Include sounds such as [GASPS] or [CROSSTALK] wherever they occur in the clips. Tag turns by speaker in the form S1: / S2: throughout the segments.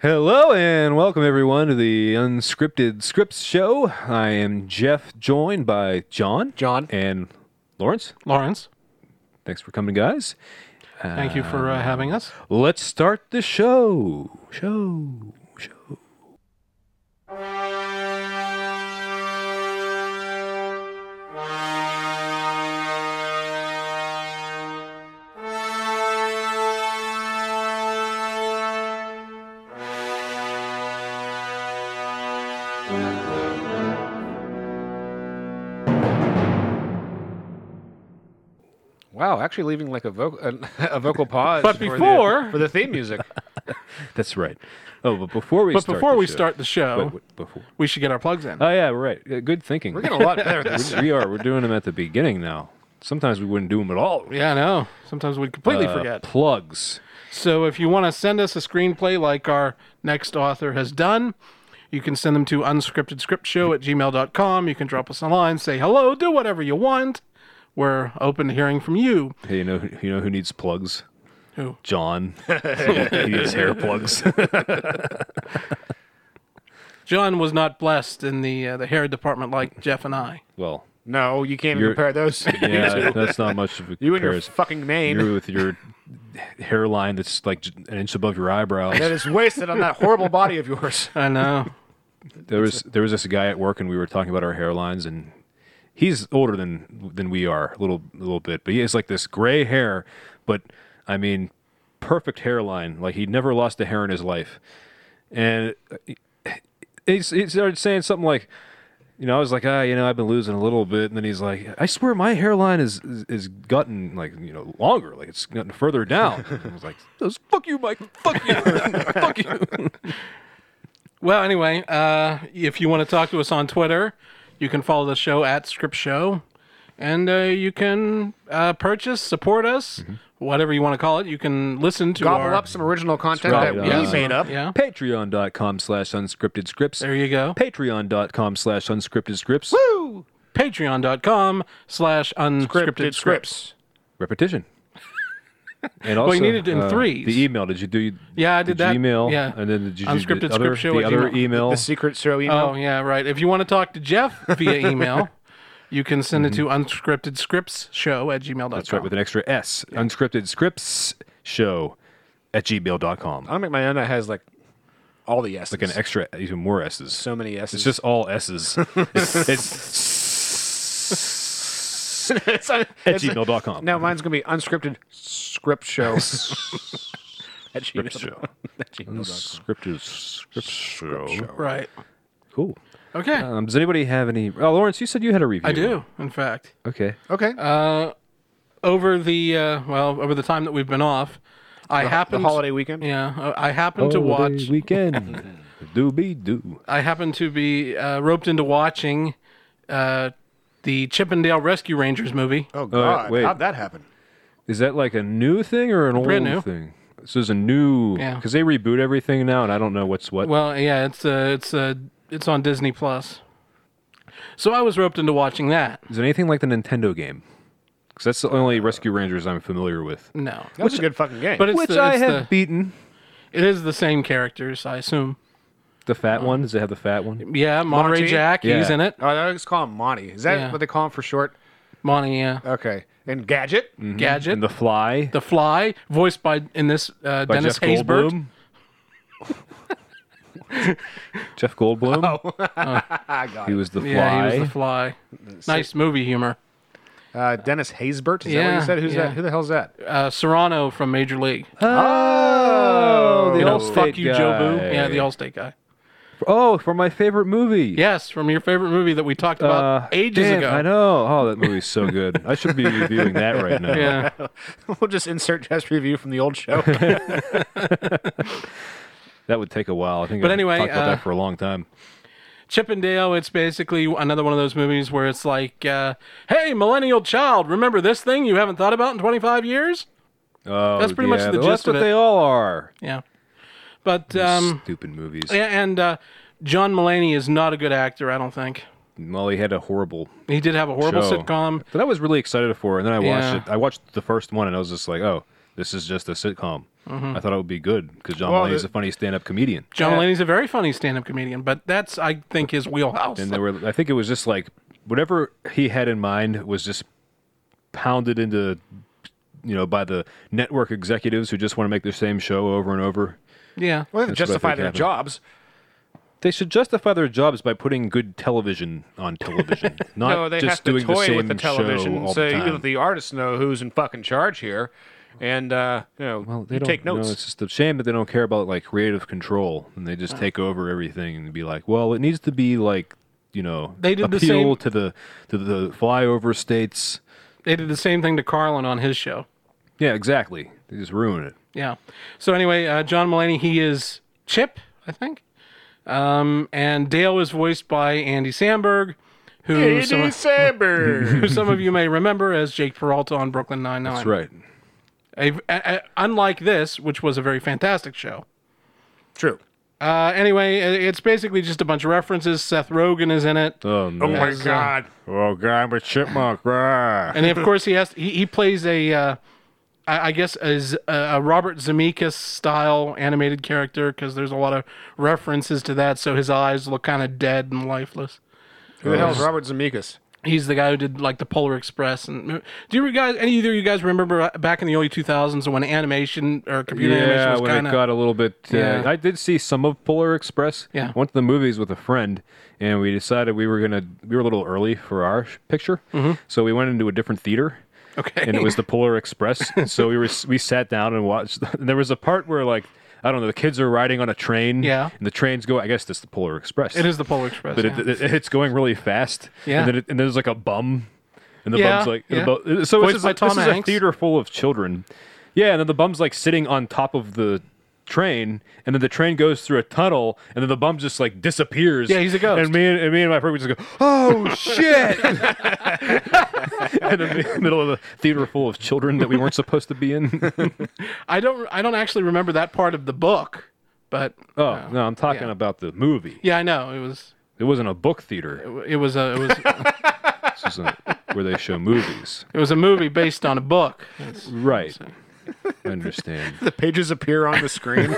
S1: Hello and welcome everyone to the Unscripted Scripts Show. I am Jeff, joined by John,
S2: John.
S1: and Lawrence.
S2: Lawrence,
S1: Thanks for coming, guys.
S2: thank you for
S1: Um,
S2: uh, having us.
S1: Let's start the show. Show. Show.
S3: Oh, Wow, actually leaving like a vocal [LAUGHS] a vocal pause.
S2: But
S3: for the-
S2: before-
S3: for the theme music,
S1: That's right. Oh, but before we
S2: But
S1: start
S2: before
S1: the
S2: we
S1: show-
S2: start the show,
S1: Wait, wait, before.
S2: we should get our plugs in.
S1: Oh yeah, right. Yeah, Good thinking.
S3: we're getting
S1: [LAUGHS]
S3: a lot better. This
S1: we are. We're doing them at the beginning now. Sometimes we wouldn't do them at all.
S2: yeah, I know. Sometimes we completely
S1: Uh,
S2: forget.
S1: plugs.
S2: So if you want to send us a screenplay like our next author has done, you can send them to unscriptedscriptshow at gmail.com. You can drop us a line, say hello, do whatever you want. We're open to hearing from you.
S1: Hey, you know who- you know who needs plugs?
S2: Who? [LAUGHS]
S1: John. [LAUGHS] he needs hair plugs.
S2: John was not blessed in the uh, the hair department like Jeff and I.
S1: well,
S3: no, you can't
S1: You're-
S3: even compare those.
S1: yeah, that's not much of a
S3: [LAUGHS] you and your
S1: comparison.
S3: fucking
S1: [LAUGHS]
S3: name
S1: You're with your hairline that's like j- an inch above your eyebrows.
S3: that is wasted on that horrible body of yours.
S2: I know.
S1: There was there was this guy at work, and we were talking about our hairlines, and he's older than than we are, a little a little bit, but he has like this gray hair, but I mean, perfect hairline, like he never lost a hair in his life, and he, he's- he started saying something like. You know, I was like, ah, you know, I've been losing a little bit, and then he's like, I swear, my hairline is is, is gotten like you know longer, like it's gotten further [LAUGHS] down. I was like, fuck you, Mike, fuck you, [LAUGHS] fuck you.
S2: Well, anyway, uh, if you want to talk to us on Twitter, you can follow the show at Script Show, and uh, you can uh, purchase, support us,
S1: Mm-hmm.
S2: whatever you want to call it. You can listen to
S3: Gobble
S2: our
S3: up some original content
S1: right,
S3: that
S1: uh,
S3: we made up.
S2: yeah.
S1: Patreon.com slash unscripted scripts.
S2: There you go.
S1: Patreon.com slash unscripted scripts.
S3: Woo!
S2: Patreon.com slash unscripted
S3: Scripted
S2: scripts.
S3: scripts.
S2: [LAUGHS]
S1: Repetition. And also, uh,
S2: you need it in threes.
S1: The email. Did you do?
S2: Yeah, I
S1: the
S2: did that.
S1: Gmail.
S2: Yeah.
S1: And then did you
S2: Unscripted
S1: do the other,
S2: script show
S1: the
S2: at
S1: other
S2: Gmail.
S1: email?
S3: The secret show email.
S2: Oh yeah, right. If you want to talk to Jeff
S1: [LAUGHS]
S2: via email, you can send it to unscripted scripts show at gmail.com.
S1: Mm-hmm. That's right, with an extra S. Unscripted scripts show at gmail.com.
S2: Oh,
S3: I'll make my own that has like all the S's.
S1: Oh. like an extra, even more S's.
S3: so many S's.
S1: It's just all
S2: [LAUGHS]
S1: S's. it's it's
S3: [LAUGHS] it's, un-
S1: at
S3: it's-
S1: gmail.com.
S3: Now mine's gonna be unscripted script show. [LAUGHS] At gmail. [LAUGHS]
S1: show.
S3: At gmail.
S1: Unscripted scripts show.
S2: Right.
S1: Cool.
S2: Okay.
S1: Um, does anybody have any? Oh, Lawrence, you said you had a review.
S2: I do, in fact.
S1: Okay.
S3: Okay.
S2: over the uh, well over the time that we've been off, I
S3: the
S2: happened
S3: holiday weekend.
S2: Yeah, uh, I happened to watch.
S1: [LAUGHS] weekend. Doobie doo.
S2: I happened to be uh, roped into watching uh, the Chippendale Rescue Rangers movie.
S3: Oh
S1: God, wait. how'd
S3: that happen?
S1: Is that like a new thing or an
S2: Brand
S1: old
S2: new.
S1: thing? So there's a new
S2: Yeah.
S1: because they reboot everything now, and I don't know what's what.
S2: Well, yeah, it's uh, it's uh, it's on Disney Plus. So I was roped into watching that.
S1: Is it anything like the Nintendo game? Because that's the only Rescue Rangers I'm familiar with,
S2: No,
S3: That was a good fucking game.
S2: but it's
S1: which
S2: the,
S1: I
S2: it's
S1: have beaten.
S2: the, it is the same characters, I assume.
S1: The fat
S2: Oh.
S1: one. Does it have the fat one?
S2: Yeah, Monterey
S3: Monty?
S2: Jack, he's
S1: Yeah.
S2: in it.
S3: oh, I always call him Monty. Is that
S2: Yeah.
S3: what they call him for short?
S2: Monty, yeah.
S3: Okay. And Gadget.
S1: Mm-hmm.
S2: Gadget,
S1: And
S2: the,
S1: the fly.
S2: Fly, voiced by in this uh,
S1: by
S2: Dennis
S1: Jeff
S2: Haysbert.
S1: Goldblum. [LAUGHS] Jeff Goldblum. [LAUGHS]
S3: I got
S1: He
S3: it.
S1: was the fly.
S2: Oh. Yeah, he was the fly. Nice movie humor.
S3: Uh, Dennis Haysbert. Is that what
S2: Yeah,
S3: you said? Who's
S2: yeah.
S3: that? Who the hell's that? [LAUGHS]
S2: Uh, Serrano from Major League.
S1: Oh, the
S2: You know,
S1: Allstate
S2: fuck you, Joe Boo.
S1: guy.
S2: Yeah, the Allstate guy.
S1: Oh, for my favorite movie.
S2: Yes, from your favorite movie that we talked about
S1: Uh,
S2: ages
S1: damn,
S2: ago.
S1: I know. Oh, that movie's so good. I should be reviewing that right now.
S2: Yeah,
S3: we'll just insert Jeff's review from the old show.
S1: [LAUGHS] That would take a while. I think
S2: But
S1: I've
S2: anyway,
S1: talked about
S2: uh,
S1: that for a long time.
S2: Chip and Dale. It's basically another one of those movies where it's like, uh, "Hey, millennial child, remember this thing you haven't thought about in 25 years?"
S1: Oh,
S2: that's pretty much
S1: yeah,
S2: the
S1: well,
S2: gist
S1: That's
S2: of
S1: what
S2: it.
S1: they all are.
S2: Yeah, but um,
S1: Stupid movies.
S2: yeah, and uh, John Mulaney is not a good actor. I don't think
S1: Well, he had a horrible
S2: he did have a horrible
S1: show
S2: sitcom.
S1: that I was really excited for, and then I watched
S2: Yeah.
S1: it. I watched the first one, and I was just like, oh, This is just a sitcom.
S2: Mm-hmm.
S1: I thought it would be good because John
S3: Well,
S1: Mulaney's
S3: the-
S1: a funny stand-up comedian,
S2: John Mulaney's a very funny stand-up comedian, but that's I think his wheelhouse.
S1: and they were. I think it was just like whatever he had in mind was just pounded into, you know, by the network executives who just want to make the same show over and over.
S2: yeah,
S3: Well, they
S1: That's what I
S3: justify
S1: think
S3: their
S1: happened.
S3: jobs.
S1: They should justify their jobs by putting good television on television, not
S3: [LAUGHS] no, they
S1: just
S3: have to
S1: doing
S3: toy
S1: the same
S3: with the
S1: show
S3: television
S1: all the
S3: so you-
S1: time.
S3: the artists know who's in fucking charge here, and uh, you know
S1: Well, they
S3: you
S1: don't
S3: take
S1: know,
S3: notes.
S1: it's just a shame that they don't care about like creative control and they just take over everything and be like, well, it needs to be like, you know,
S2: They did the
S1: appeal
S2: same-
S1: to the to the flyover states.
S2: they did the same thing to Carlin on his show.
S1: Yeah, exactly. They just ruin it.
S2: Yeah. So anyway, uh, John Mulaney, he is Chip, I think. Um, and Dale is voiced by Andy Samberg, who some, of, [LAUGHS] who some of you may remember as Jake Peralta on Brooklyn Nine Nine.
S1: That's right.
S2: unlike this, which was a very fantastic show.
S3: True.
S2: Uh, anyway, i- it's basically just a bunch of references. Seth Rogen is in it,
S1: Oh no.
S3: my
S2: Yes, uh,
S3: God.
S1: Oh god, but chipmunk. rah.
S2: and of
S1: [LAUGHS]
S2: course he has he, he plays a, uh, I, I guess a, Z- a Robert Zemeckis style animated character because there's a lot of references to that. So his eyes look kind of dead and lifeless.
S3: Who the hell's Robert Zemeckis?
S2: He's the guy who did like the Polar Express. And do you guys, any either of you guys remember uh, back in the early 2000s when animation or computer animation
S1: Yeah,
S2: was
S1: when
S2: kind
S1: it
S2: of
S1: got a little bit, uh,
S2: Yeah.
S1: I did see some of Polar Express.
S2: Yeah.
S1: went to the movies with a friend, and we decided we were gonna. We were a little early for our sh- picture,
S2: Mm-hmm.
S1: so we went into a different theater.
S2: [LAUGHS] okay?
S1: and it was the Polar
S2: [LAUGHS]
S1: Express. And so we were we sat down and watched. [LAUGHS] And there was a part where like I don't know, the kids are riding on a train.
S2: Yeah.
S1: and the train's go. I guess that's the Polar Express.
S2: it is the Polar Express.
S1: but
S2: yeah.
S1: it, it, it's going really fast.
S2: Yeah.
S1: and then it, and there's like a bum, and the
S2: Yeah,
S1: bum's like and
S2: yeah.
S1: the bum, so
S2: Voiced
S1: it's
S2: by
S1: this
S2: Tom
S1: is a
S2: Hanks.
S1: theater full of children. Yeah, and then the bum's like sitting on top of the train and then the train goes through a tunnel and then the bum just like disappears
S2: Yeah, he's a ghost.
S1: and me and, and me and my friend we just go oh
S2: [LAUGHS]
S1: shit [LAUGHS] in the mi- middle of the theater full of children that we weren't supposed to be
S2: [LAUGHS]
S1: in.
S2: I don't I don't actually remember that part of the book, but
S1: Oh no, I'm talking about the movie.
S2: yeah, I know it was
S1: It wasn't a book theater.
S2: it was a it was
S1: This is a, where they show movies.
S2: it was a movie based on a book. It's-
S1: Right. I
S2: [LAUGHS]
S1: understand.
S3: The pages appear on the screen.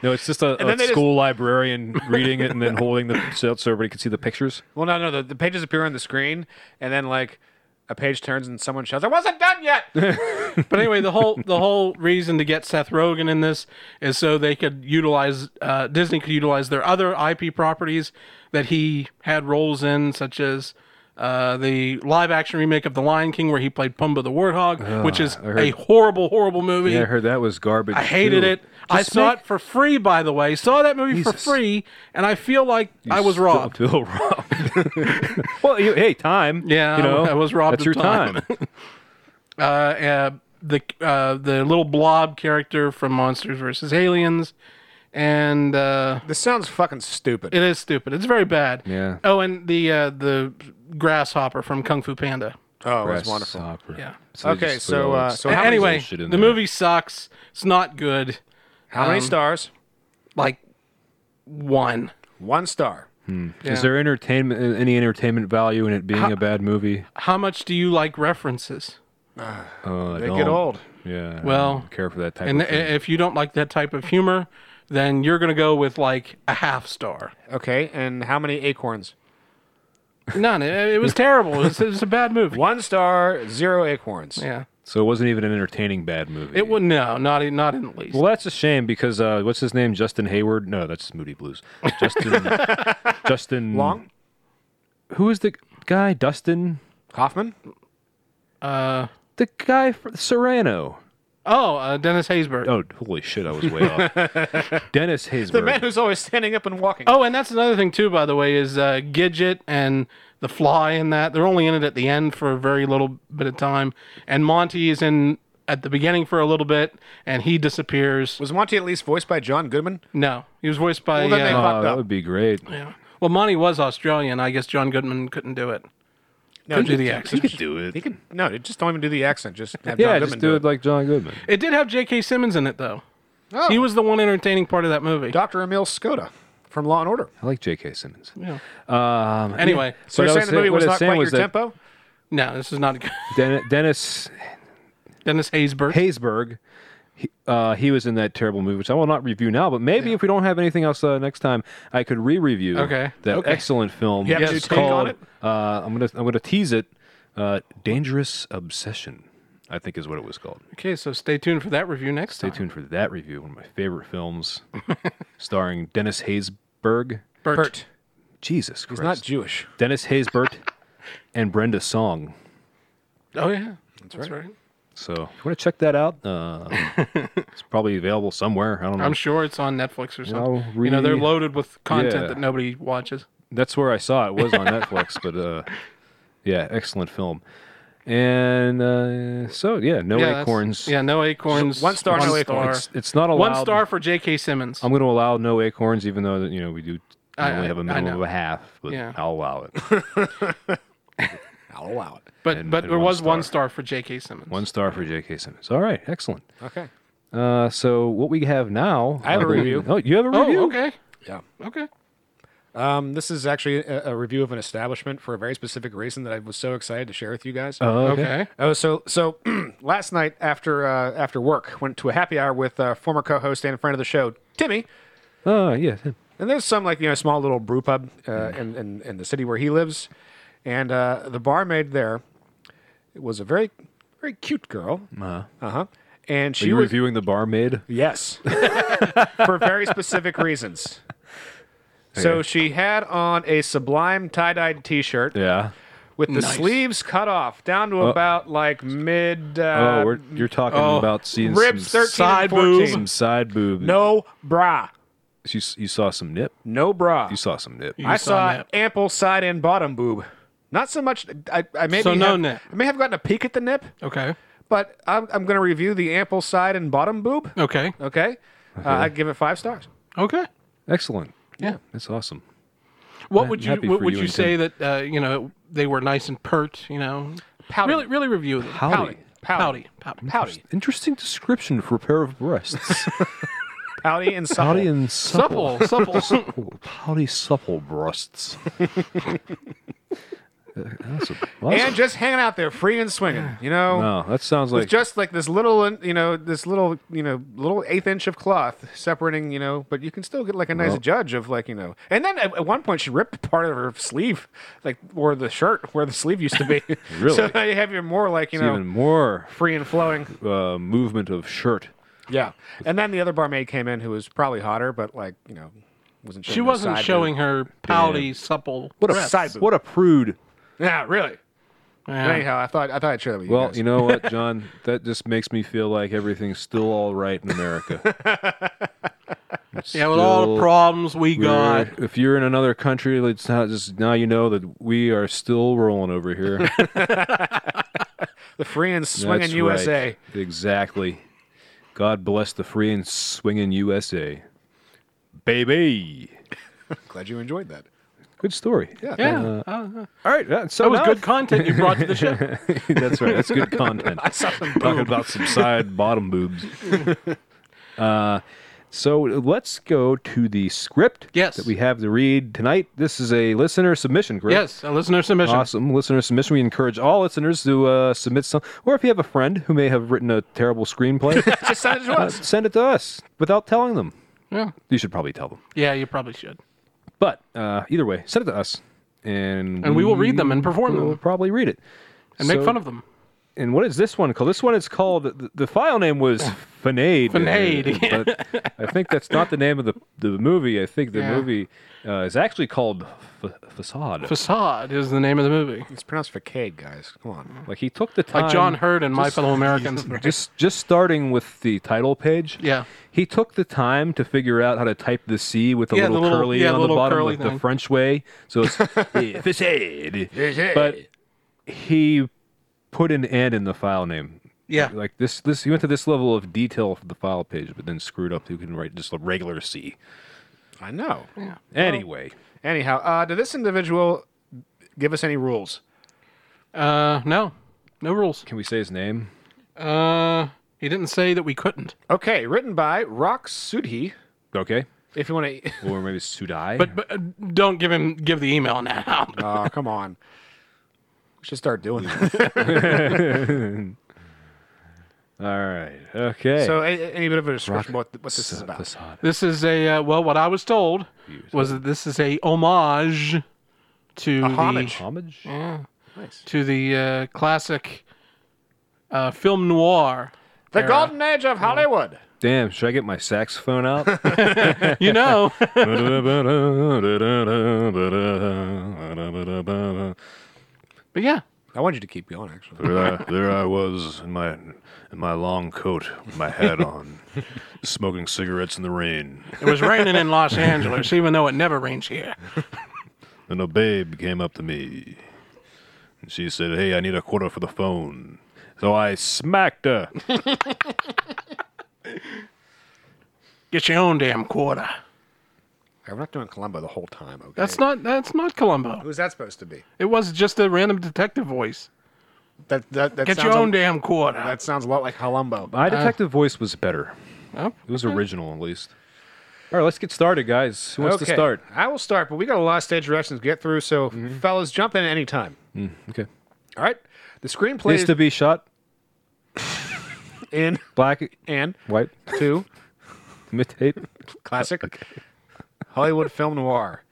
S1: No, it's just a, a
S3: then they just-
S1: school librarian reading it and then holding the [LAUGHS] so so everybody can see the pictures.
S3: well, no, no. The, the pages appear on the screen, and then like a page turns and someone shouts, "It wasn't done yet."
S2: But anyway,
S1: [LAUGHS]
S2: the whole the whole reason to get Seth Rogen in this is so they could utilize uh, Disney could utilize their other IP properties that he had roles in, such as. Uh, the live action remake of The Lion King, where he played Pumbaa the Warthog, which is a horrible, horrible movie.
S1: Ah, Yeah, I heard that was garbage.
S2: I hated it. I saw it for free, by the way. Saw that movie for
S1: Jesus.
S2: free, and I feel like I was robbed.
S1: Feel robbed. [LAUGHS] well, you, hey, time.
S2: Yeah,
S1: you know,
S2: I was robbed
S1: That's your
S2: of time. [LAUGHS] Uh, uh, the uh, the little blob character from Monsters vs. Aliens, and uh,
S3: This sounds fucking stupid.
S2: it is stupid. It's very bad.
S1: Yeah.
S2: Oh, and the uh, the grasshopper from Kung Fu Panda.
S3: oh, it was
S1: That's
S3: wonderful.
S2: Yeah.
S1: So they
S3: Okay,
S1: just put
S3: so,
S1: all
S3: uh,
S1: this-
S3: so how many-
S2: anyway,
S1: shit
S2: the
S1: in there.
S2: movie sucks. It's not good.
S3: How many stars?
S2: Like one.
S3: One star.
S2: Yeah.
S1: Is there entertainment any entertainment value in it being a bad movie?
S2: How much do you like references?
S1: Oh, I
S3: They
S1: don't.
S3: get old.
S1: Yeah. I
S2: Well,
S1: don't care for that type
S2: And
S1: of thing.
S2: if you don't like that type of humor, then you're going to go with like a half star.
S3: Okay, and how many acorns?
S2: None. It, it was terrible. It was, it was a bad movie.
S3: One star, zero acorns.
S2: Yeah.
S1: so it wasn't even an entertaining bad movie.
S2: It would no, not in, not in the least.
S1: Well, that's a shame because uh, what's his name? Justin Hayward? No, that's Moody Blues. Justin.
S3: [LAUGHS]
S1: Justin
S3: Long?
S1: Who is the guy? Dustin.
S3: Hoffman?
S1: The guy from Serrano.
S2: oh, uh, Dennis Haysbert. Oh.
S1: Oh, holy shit! I was way off.
S3: [LAUGHS]
S1: Dennis Haysbert.
S3: The man who's always standing up and walking.
S1: Oh.
S2: Oh, and that's another thing too, by the way, is uh, Gidget and the Fly in that they're only in it at the end for a very little bit of time, and Monty is in at the beginning for a little bit, and he disappears.
S3: Was Monty at least voiced by John Goodman?
S2: No, he was voiced by.
S3: Well, then they
S2: uh,
S1: Oh,
S3: fucked
S1: that
S3: up.
S1: would be great.
S2: yeah. well, Monty was Australian. I guess John Goodman couldn't do it.
S3: No,
S2: Couldn't do
S3: just-
S1: He
S2: the accent.
S1: could do it.
S3: He could no, just don't even do the accent. Just have
S1: yeah,
S3: John
S1: just
S3: Goodman
S1: do it like John Goodman.
S2: It did have J.K. Simmons in it, though.
S3: Oh.
S2: He was the one entertaining part of that movie.
S3: Dr. Emil Skoda from Law and Order.
S1: I like J.K. Simmons.
S3: [LAUGHS]
S2: Yeah.
S1: Um,
S2: Anyway,
S1: So
S3: So you're saying the movie was not quite your
S1: that
S3: tempo?
S2: no, this is not good.
S1: Den- Dennis.
S2: [LAUGHS] Dennis Haysbert.
S1: Haysberg. He, uh, he was in that terrible movie, which I will not review now. But maybe if we don't have anything else uh, next time, I could re-review
S2: Okay.
S1: that
S2: Okay.
S1: excellent film.
S3: You have a
S1: It's
S3: new take on it?
S1: Uh, I'm gonna I'm gonna tease it. Uh, Dangerous Obsession, I think is what it was called.
S2: Okay, so stay tuned for that review next
S1: Stay
S3: Ah.
S2: time.
S1: tuned for that review. One of my favorite films, [LAUGHS] starring Dennis Haysberg.
S2: Bert.
S3: Bert.
S1: Jesus Christ!
S3: He's not Jewish.
S1: Dennis Haysbert and Brenda Song.
S2: Oh yeah, that's, right.
S1: So if you want to check that out,
S3: [LAUGHS]
S1: uh, it's probably available somewhere. I don't know.
S2: I'm sure it's on Netflix or something.
S1: I'll
S2: You know, they're
S1: re-
S2: loaded with content
S1: Yeah.
S2: that nobody watches.
S1: That's where I saw it was on
S2: [LAUGHS]
S1: Netflix, but uh, yeah, excellent film. And uh, so yeah, no
S2: yeah, that's-
S1: acorns.
S2: Yeah, no acorns.
S3: One star, no
S2: star.
S3: acorns.
S1: It's not allowed.
S2: One star for J.K. Simmons.
S1: I'm going to allow no acorns, even though you know we do
S2: I-
S1: only have
S2: I
S1: a minimum
S2: know.
S1: of a half. But
S2: Yeah.
S1: I'll allow
S2: [LAUGHS]
S1: it.
S3: I'll allow it.
S2: but
S1: and-
S2: but
S1: and
S2: there
S1: one
S2: was one
S1: star.
S2: star for J.K. Simmons.
S1: One star for J.K. Simmons. All right, excellent.
S3: Okay.
S1: Uh, so what we have now?
S3: I have a
S1: I'll bring-
S3: review.
S1: Oh, you have a
S2: Oh,
S1: review.
S2: okay.
S3: Yeah.
S2: Okay.
S3: Um, this is actually a, a review of an establishment for a very specific reason that I was so excited to share with you guys.
S1: Oh, okay.
S2: Okay.
S3: Oh, so so [CLEARS THROAT] last night after uh, after work, went to a happy hour with uh, former co-host and friend of the show, Timmy.
S1: Oh, yeah. yeah.
S3: And there's some like you know small little brew pub uh,
S1: Hmm.
S3: in, in in the city where he lives, and uh, the barmaid there was a very very cute girl. Uh huh. And
S1: Uh-huh. Are
S3: she
S1: you
S3: was
S1: reviewing the barmaid?
S3: yes [LAUGHS] for very specific reasons. So she had on a Sublime tie-dyed T-shirt
S1: Yeah.
S3: with the sleeves cut off down to about like mid. Uh,
S1: oh, we're, you're talking about seeing
S3: ribs
S1: some
S3: 13
S1: side
S3: and 14.
S1: some side boob.
S3: No bra.
S1: you, s- you saw some nip.
S3: No bra.
S1: You saw some nip.
S3: I
S2: You saw
S3: saw
S2: nip.
S3: ample side and bottom boob. Not so much. I, I maybe
S2: So no
S3: have-
S2: nip.
S3: I may have gotten a peek at the nip,
S2: Okay.
S3: but I'm, I'm going to review the ample side and bottom boob.
S2: Okay.
S3: Okay, uh, I give it five stars.
S2: Okay.
S1: Excellent.
S2: Yeah.
S1: That's awesome.
S2: What would you
S1: happy
S2: what
S1: for
S2: would
S1: you
S2: you,
S1: and
S2: say that uh, you know they were nice and pert? You know,
S3: Pouty.
S2: really really review them.
S1: Pouty.
S2: pouty,
S1: [LAUGHS]
S2: pouty,
S3: Pouty,
S1: Interesting description for a pair of
S2: [LAUGHS]
S1: breasts.
S3: pouty, and supple.
S1: Pouty and supple.
S2: supple, supple.
S1: Ooh, [LAUGHS] Pouty supple breasts. [LAUGHS] Uh, that's a- that's-
S3: and just hanging out there, free and swinging. You know,
S1: no, that sounds like
S3: it's just like this little, uh, you know, this little, you know, little eighth inch of cloth separating. You know, but you can still get like a nice judge of like you know. And then at, at one point she ripped part of her sleeve, like where the shirt, where the sleeve used to be.
S1: [LAUGHS] Really?
S3: So now you have your more like you know.
S1: even more
S3: free and flowing.
S1: uh, movement of shirt.
S3: Yeah. And then the other barmaid came in who was probably hotter, but like, you know, wasn't showing
S2: she
S3: no
S2: wasn't
S3: side
S2: showing her pouty, supple.
S1: What a
S3: Breasts. Side boob.
S1: What a prude.
S3: boob. Yeah, really.
S2: Yeah.
S3: But anyhow, I thought I thought I'd share that with you.
S1: Well,
S3: guys.
S1: you know
S2: [LAUGHS]
S1: what, John? That just makes me feel like everything's still all right in
S2: [LAUGHS]
S1: America. It's
S2: Yeah, with all
S1: still-
S2: the problems we
S1: We're-
S2: got.
S1: If you're in another country, it's not just now you know that we are still rolling over here.
S3: the free and swinging
S1: That's
S3: USA.
S1: right. Exactly. God bless the free and swinging USA. Baby.
S3: Glad you enjoyed that.
S1: Good story. Yeah.
S2: Yeah, uh,
S1: All right. yeah, So
S2: that was
S1: now-
S2: good content you brought to the show.
S1: [LAUGHS] That's right. That's good [LAUGHS] content.
S3: [LAUGHS] I saw some
S1: Talking about some side [LAUGHS] bottom boobs. uh, so let's go to the script
S2: Yes.
S1: that we have to read tonight. This is a listener submission, correct?
S2: [LAUGHS] yes, a listener submission.
S1: Awesome listener submission. We encourage all listeners to uh, submit some, or if you have a friend who may have written a terrible [LAUGHS] screenplay,
S3: just send it to
S1: uh,
S3: us.
S1: send it to us without telling them.
S2: [LAUGHS] Yeah,
S1: You should probably tell them,
S2: yeah, you probably should.
S1: but uh, either way, send it to us, and
S2: And we will read them and perform
S1: We'll
S2: them.
S1: probably read it
S2: And make fun of them.
S1: And what is this one called? This one is called. The, the file name
S2: [LAUGHS]
S1: was Finade.
S2: Finade,
S1: but I think that's not the name of the the movie. I think the
S2: Yeah.
S1: movie uh, is actually called F- Facade.
S2: Facade is the name of the movie.
S3: It's pronounced for Cade, guys. Come on.
S1: like he took the time.
S2: Like John Hurd and My [LAUGHS] Fellow Americans.
S1: Just just starting with the title page.
S2: Yeah.
S1: He took the time to figure out how to type the C with a
S2: Yeah, the
S1: little,
S2: little-
S1: curly
S2: yeah,
S1: on the
S2: little
S1: bottom
S2: curly
S1: like the
S2: thing.
S1: French way. So
S2: [LAUGHS]
S1: it's Facade. But he put an N in the file name.
S2: Yeah.
S1: Like this this he went to this level of detail for the file page, but then screwed up so he couldn't write just a regular C.
S3: I know.
S1: Anyway.
S3: Anyhow, uh, did this individual give us any rules?
S2: Uh, no, no rules.
S1: Can we say his name?
S2: Uh, he didn't say that we couldn't.
S3: Okay, written by Rock Sudhi.
S1: Okay.
S3: If you [LAUGHS] want to
S1: Or maybe Sudai.
S2: But, but uh, don't give him give the email now. [LAUGHS]
S3: Oh, come [LAUGHS] on. We should start doing that.
S1: All right. Okay.
S3: So a- a- any bit of a description what, what this is
S1: Fa-
S3: about?
S1: facade.
S2: This is a uh, well. What I was told was that this is a homage to
S3: homage.
S2: the
S1: Homage.
S3: Nice.
S2: to the uh, classic uh, film noir.
S3: The
S2: era.
S3: golden age of Hollywood.
S1: Damn. Should I get my saxophone
S2: [LAUGHS]
S1: out?
S2: You
S3: [LAUGHS]
S2: know,
S1: there
S2: but yeah,
S3: I want you to keep going, actually.
S1: I, there I was in my in my long coat with my hat on, smoking cigarettes in the rain.
S2: it was raining in Los Angeles, even though it never rains here.
S1: Then a babe came up to me. And she said, Hey, I need a quarter for the phone. So I smacked her.
S2: Get your own damn quarter.
S3: I'm not doing Columbo the whole time. Okay.
S2: That's not. That's not Columbo.
S3: Who's that supposed to be?
S2: It was just a random detective voice.
S3: That that that
S2: Get
S3: sounds
S2: your own
S3: a,
S2: damn quarter.
S3: that sounds a lot like Columbo.
S1: My detective voice was better.
S2: Oh.
S1: It was original, at least. All right, let's get started, guys. Who wants to
S3: Okay,
S1: start?
S3: I will start, Mm-hmm. but we got a lot of stage directions to get through, so fellas, jump in anytime.
S1: Okay.
S3: All right. The screenplay
S1: Please
S3: is
S1: to be shot.
S3: in
S1: Black,
S3: and
S1: white, [LAUGHS]
S3: two
S1: mid tape.
S3: classic Hollywood film noir.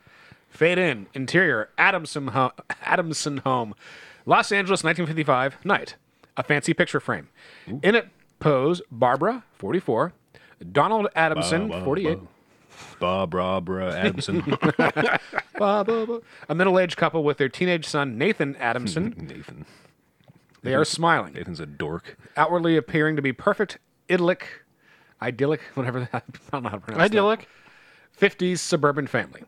S3: Fade in interior Adamson ho- Adamson home, Los Angeles, 1955 night. A fancy picture frame. In it pose Barbara, 44, Donald Adamson,
S1: Uh,
S3: 48.
S1: Barbara Barbara [LAUGHS] Adamson.
S3: [LAUGHS] Ba, ba, ba. A middle-aged couple with their teenage son Nathan Adamson.
S1: [LAUGHS] Nathan.
S3: They are smiling.
S1: Nathan's a dork.
S3: outwardly appearing to be perfect, idyllic, idyllic, whatever that, [LAUGHS] I don't know how to pronounce that.
S2: Idyllic.
S3: 50s suburban family.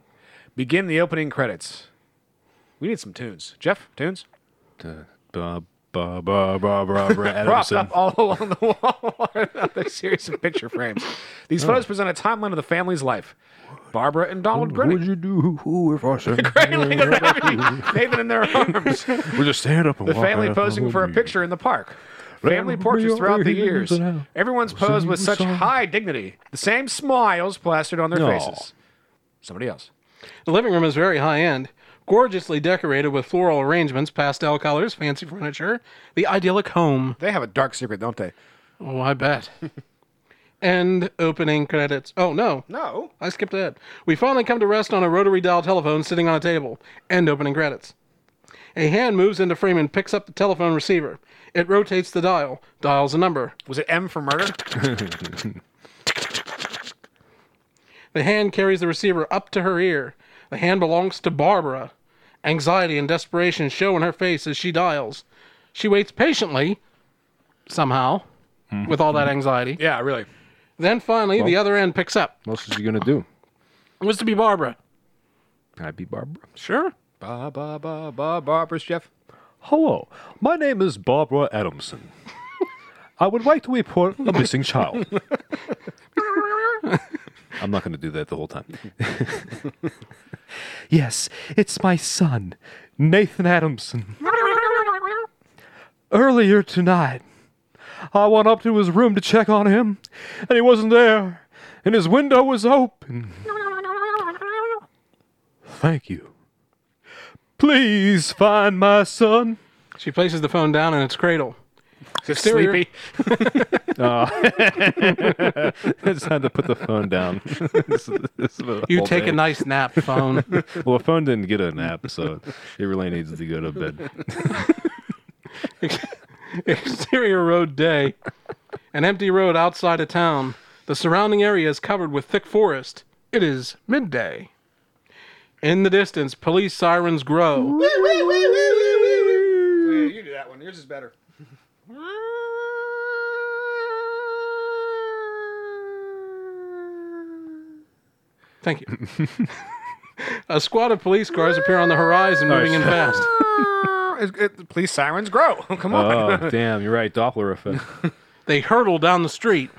S3: Begin the opening credits. We need some tunes. Jeff, tunes?
S1: Uh, Ba ba ba ba Barbara [LAUGHS]
S3: Propped
S1: Adamson.
S3: up all [LAUGHS] along the wall [LAUGHS] are another series of picture frames.
S1: Oh.
S3: These photos present a timeline of the family's life. Barbara and Donald [LAUGHS] grinning.
S1: you do if I [LAUGHS] said
S3: Cradling and
S1: [LAUGHS]
S3: grabbing Nathan in their arms.
S1: We'll just stand up and
S3: The family posing for a picture in the park. Family portraits throughout the years. Everyone's posed with such high dignity. The same smiles plastered on their
S1: No.
S3: faces. Somebody else.
S2: The living room is very high end, gorgeously decorated with floral arrangements, pastel colors, fancy furniture, the idyllic home.
S3: They have a dark secret, don't they?
S2: Oh, I [LAUGHS] bet. End opening credits. Oh, no.
S3: No.
S2: I skipped ahead. We finally come to rest on a rotary dial telephone sitting on a table. End opening credits. A hand moves into frame and picks up the telephone receiver. It rotates the dial, dials a number.
S3: Was it M for murder?
S2: The hand carries the receiver up to her ear. The hand belongs to Barbara. Anxiety and desperation show in her face as she dials. She waits patiently, somehow, with all that anxiety.
S3: yeah, really.
S2: Then finally, the other end picks up.
S1: What else is he gonna do?
S2: It was to be Barbara.
S1: Can I be Barbara?
S2: Sure.
S3: Ba ba ba ba barbers, Jeff.
S1: Hello, my name is Barbara Adamson. I would like to report a missing child. [LAUGHS] I'm not going to do that the whole time. [LAUGHS] yes, it's my son, Nathan Adamson. Earlier tonight, I went up to his room to check on him, and he wasn't there, and his window was open. Thank you. Please find my [LAUGHS] son.
S2: She places the phone down in its cradle. Exterior.
S3: Sleepy.
S1: it's time to put the phone down. [LAUGHS] This is- this is the
S2: You
S1: whole
S2: take a
S1: day.
S2: nice nap, phone.
S1: Well, the phone didn't get a nap, so it really needs to go to bed.
S2: [LAUGHS] Exterior road day. An empty road outside of town. The surrounding area is covered with thick forest. It is midday. In the distance, police sirens grow.
S3: Yeah, you do that one. Yours is better.
S2: Thank you. a squad of police cars appear on the horizon, moving in fast.
S3: Uh, It- it- Please, sirens grow. [LAUGHS] Come on.
S1: Oh, damn! You're right. Doppler effect.
S2: They hurtle down the street.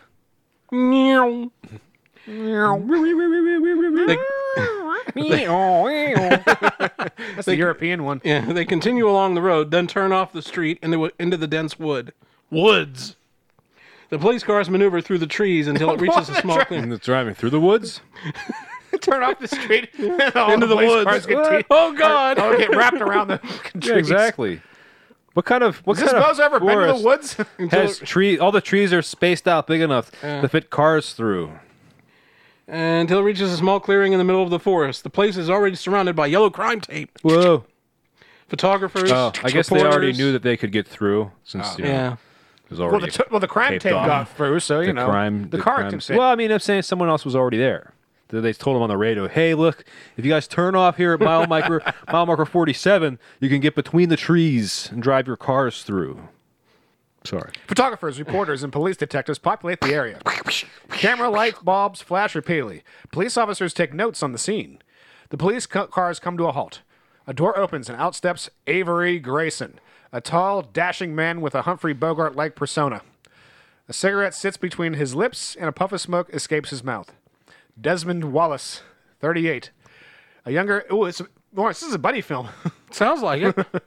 S2: Meow. [LAUGHS] They,
S3: That's the European one.
S2: yeah, they continue along the road, then turn off the street into, wo- into the dense wood. Woods. The police cars maneuver through the trees until it reaches [LAUGHS] a small clearing.
S1: And it's driving through the woods.
S3: Turn off the street. [LAUGHS] Into
S2: Into the woods.
S3: Cars get
S2: Oh, God.
S3: I'll get wrapped around the trees.
S1: exactly. What kind of what
S3: Has this
S1: kind
S3: mouse
S1: of
S3: ever been to the
S1: forest
S3: woods? [LAUGHS]
S1: Has tree all the trees are spaced out big enough to fit cars through.
S2: Until it reaches a small clearing in the middle of the forest. The place is already surrounded by yellow crime tape.
S1: Whoa!
S2: Photographers.
S1: Oh, I guess they already
S2: reporters.
S1: knew that they could get through since you know,
S2: Yeah.
S1: it was already
S3: Ah. well, the t- well, the crime
S1: taped
S3: tape
S1: off.
S3: got through, so you
S1: the
S3: know
S1: crime.
S3: the, car
S1: crime
S3: can
S1: scene.
S3: fit.
S1: Well, I mean, I'm saying someone else was already there. They- They told him on the radio, "Hey, look, if you guys turn off
S3: [LAUGHS]
S1: here at mile marker mile marker 47, you can get between the trees and drive your cars through." Sorry.
S3: Photographers, reporters, and police detectives populate the area. Camera light bulbs flash repeatedly. Police officers take notes on the scene. The police ca- cars come to a halt. A door opens and out steps Avery Grayson, a tall, dashing man with a Humphrey Bogart like persona. A cigarette sits between his lips and a puff of smoke escapes his mouth. Desmond Wallace, 38. A younger. Ooh, it's, Lawrence, this is a buddy film. [LAUGHS]
S2: Sounds like it. It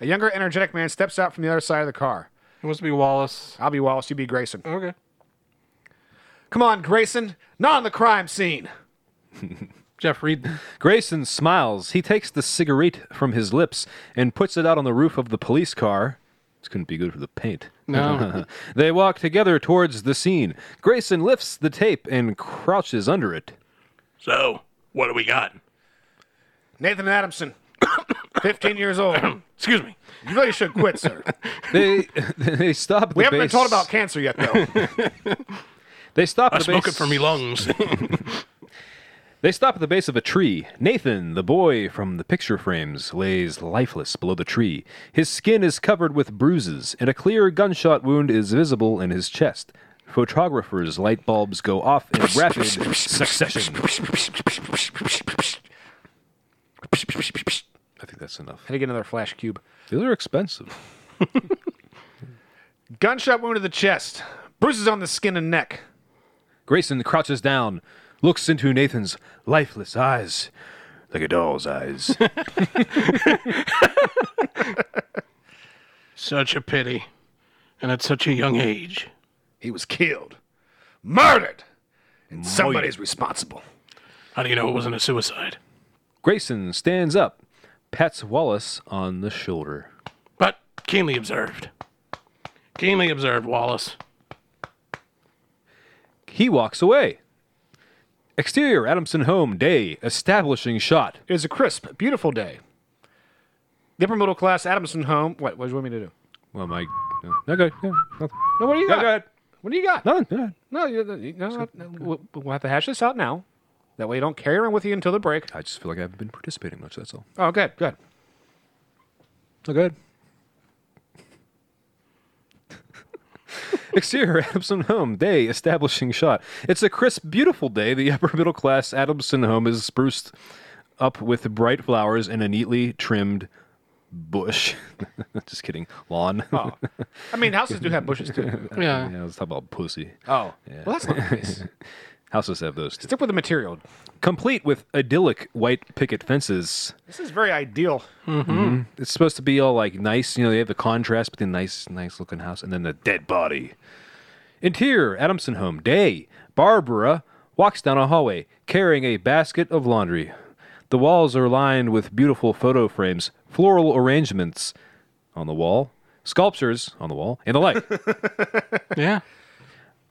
S3: a younger, energetic man steps out from the other side of the car.
S2: must be Wallace.
S3: I'll be Wallace, you be Grayson.
S2: Okay.
S3: Come on, Grayson. Not on the crime scene.
S2: Jeff, read.
S1: Grayson smiles. He takes the cigarette from his lips and puts it out on the roof of the police car. This couldn't be good for the paint.
S2: No.
S1: [LAUGHS] they walk together towards the scene. Grayson lifts the tape and crouches under it.
S2: So, what do we got?
S3: Nathan [COUGHS] Adamson, 15 years [COUGHS] old. You
S2: Excuse me.
S3: really should quit, [COUGHS] sir.
S1: They [LAUGHS] they stop.
S3: We haven't been told about cancer yet, [LAUGHS] though.
S1: They stop. at the base.
S2: lungs.
S1: They stop at the base of a tree. Nathan, the boy from the picture frames, lays lifeless below the tree. His skin is covered with bruises, and a clear gunshot wound is visible in his chest. Photographers' light bulbs go off in rapid succession. I think that's enough.
S3: Had to get another flash cube.
S1: These are expensive.
S3: Gunshot wound to the chest. Bruises on the skin and neck.
S1: Grayson crouches down, looks into Nathan's lifeless eyes, like a doll's eyes.
S2: [LAUGHS] Such a pity. And at such a young age.
S3: He was killed, murdered, and somebody's responsible.
S2: How do you know it wasn't a suicide?
S1: Grayson stands up, pats Wallace on the shoulder.
S2: But keenly observed. Keenly observed, Wallace.
S1: He walks away. Exterior Adamson home day establishing shot.
S3: It was a crisp, beautiful day. The upper middle class Adamson home. What? What do you want me to do?
S1: Well, my okay, yeah, nothing.
S3: No, what do you
S1: Yeah,
S3: got?
S1: go ahead.
S3: What do you got?
S1: Nothing. yeah.
S3: No, you, you no, no, no, we'll, we'll have to hash this out now. That way you don't carry around with you until the break.
S1: I just feel like I haven't been participating much. That's all.
S3: Oh, good, good.
S1: Oh, good. [LAUGHS] Exterior Adamson home day establishing shot. It's a crisp, beautiful day. The upper middle class Adamson home is spruced up with bright flowers and a neatly trimmed bush. [LAUGHS] Just kidding, lawn.
S3: Oh. I mean, houses do have bushes too.
S2: Yeah.
S1: [LAUGHS] yeah, let's talk about pussy.
S3: Oh, well, that's not nice.
S1: Houses have those too.
S3: Stick with the material.
S1: complete with idyllic white picket fences.
S3: This is very ideal.
S1: It's supposed to be all like nice, you know, they have the contrast between nice, nice looking house and then the dead body. Interior, Adamson home, day. Barbara walks down a hallway carrying a basket of laundry. The walls are lined with beautiful photo frames, floral arrangements on the wall, sculptures on the wall, and the [LAUGHS] like.
S2: Yeah.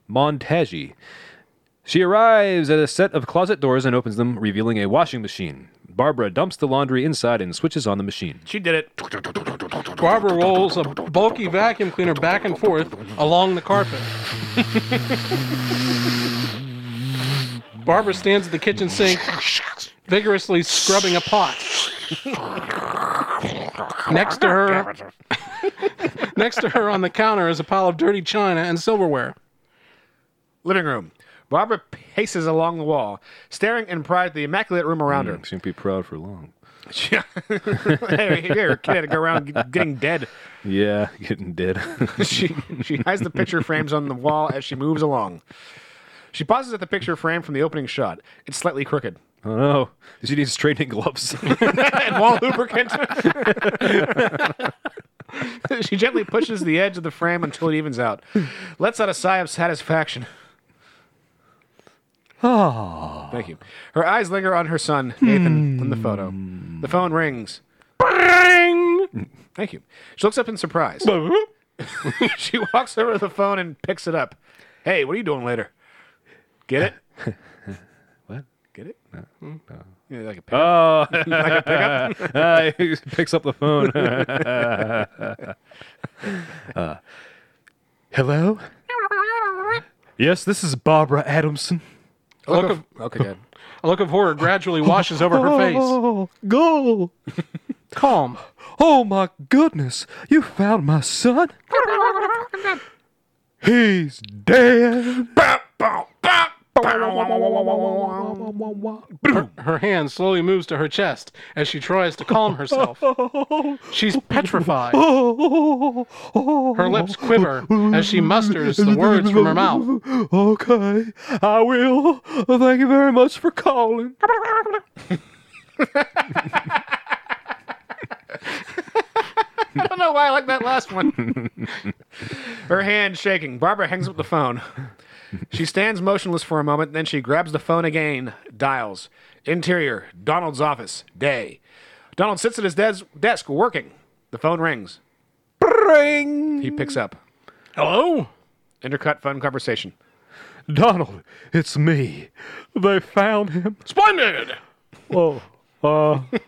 S1: Montage. She arrives at a set of closet doors and opens them, revealing a washing machine. Barbara dumps the laundry inside and switches on the machine.
S3: She did it.
S2: Barbara rolls a bulky vacuum cleaner back and forth along the carpet. [LAUGHS] Barbara stands at the kitchen sink, vigorously scrubbing a pot. Next to her, [LAUGHS] next to her on the counter is a pile of dirty china and silverware.
S3: Living room. Barbara paces along the wall, staring in pride at the immaculate room around her.
S1: Shouldn't be proud for long.
S3: hey, [LAUGHS] here, kid had to go around g- getting dead. [LAUGHS]
S1: Yeah, [LAUGHS] getting dead.
S3: she she hides the picture frames on the wall as she moves along. She pauses at the picture frame from the opening shot. It's slightly crooked.
S1: oh no, she needs straightening gloves.
S3: and wall lubricant. she gently pushes the edge of the frame until it evens out. Lets out a sigh of satisfaction. Thank you. Her eyes linger on her son, Nathan, in the photo. The phone rings.
S2: Bang!
S3: Thank you. She looks up in surprise. she walks over to the phone and picks it up. Hey, what are you doing later? Get it?
S1: What?
S3: Get it? Yeah, like a
S1: [LAUGHS] [LAUGHS]
S3: pick-
S1: Oh, [LAUGHS] Uh, he picks up the phone. [LAUGHS] uh, hello? Yes, this is Barbara Adamson.
S3: a look of- okay, good.
S2: [LAUGHS] A look of horror gradually washes over her
S3: [LAUGHS]
S2: face.
S1: Oh, go.
S2: Calm.
S1: Oh my goodness, you found my son? He's dead.
S2: Her hand slowly moves to her chest as she tries to calm
S3: [LAUGHS]
S2: herself.
S1: Oh,
S2: She's petrified.
S1: oh.
S2: Her lips quiver as she musters the words from her mouth.
S1: [LAUGHS] Okay, I will. Thank you very much for calling.
S3: I [LAUGHS] don't know why I like that last one. Her hand shaking. Barbara hangs up the phone. She stands motionless for a moment, then she grabs the phone again, dials. Interior, Donald's office, day. Donald sits at his des- desk working. The phone rings.
S1: Ring.
S3: He picks up.
S2: Hello?
S3: Intercut phone conversation.
S1: Donald, it's me. They found him.
S2: Splendid!
S1: Oh, uh. [LAUGHS] I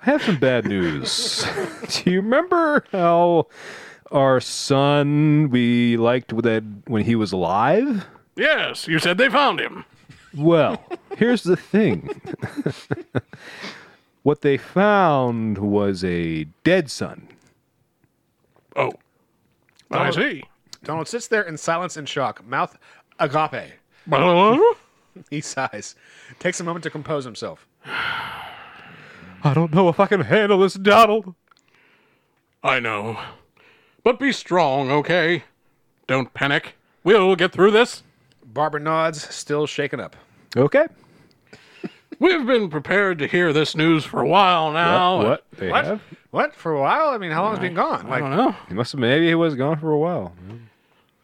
S1: have some bad news. [LAUGHS] Do you remember how our son we liked with that when he was alive?
S2: Yes, you said they found him.
S1: Well, here's the thing. [LAUGHS] what they found was a dead son.
S2: Oh. I see.
S3: Donald sits there in silence and shock, mouth agape. He sighs, takes a moment to compose himself.
S1: I don't know if I can handle this, Donald.
S2: I know. But be strong, okay? Don't panic. We'll get through this.
S3: Barbara nods, still shaken up.
S1: Okay.
S2: We've been prepared to hear this news for a while now.
S1: Oh, what? They
S3: What?
S1: have?
S3: What? For a while? I mean, how long has it been gone?
S2: I
S3: Like,
S2: don't know.
S1: He must have. Maybe he was gone for a while.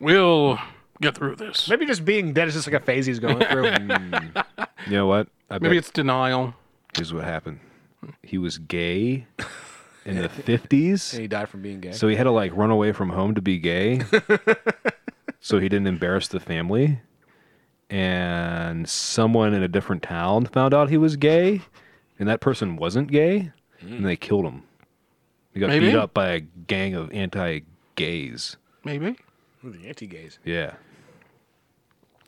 S2: We'll get through this.
S3: maybe just being dead is just like a phase he's going [LAUGHS] through.
S1: You know what? I
S2: Maybe
S1: bet
S2: it's denial.
S1: here's what happened. He was gay in [LAUGHS] the fifties,
S3: he died from being gay.
S1: so he had to like run away from home to be gay, [LAUGHS] so he didn't embarrass the family. And someone in a different town found out he was gay, and that person wasn't gay, and they killed him. He got
S2: Maybe.
S1: beat up by a gang of anti-gays.
S2: Maybe.
S3: the anti-gays.
S1: Yeah.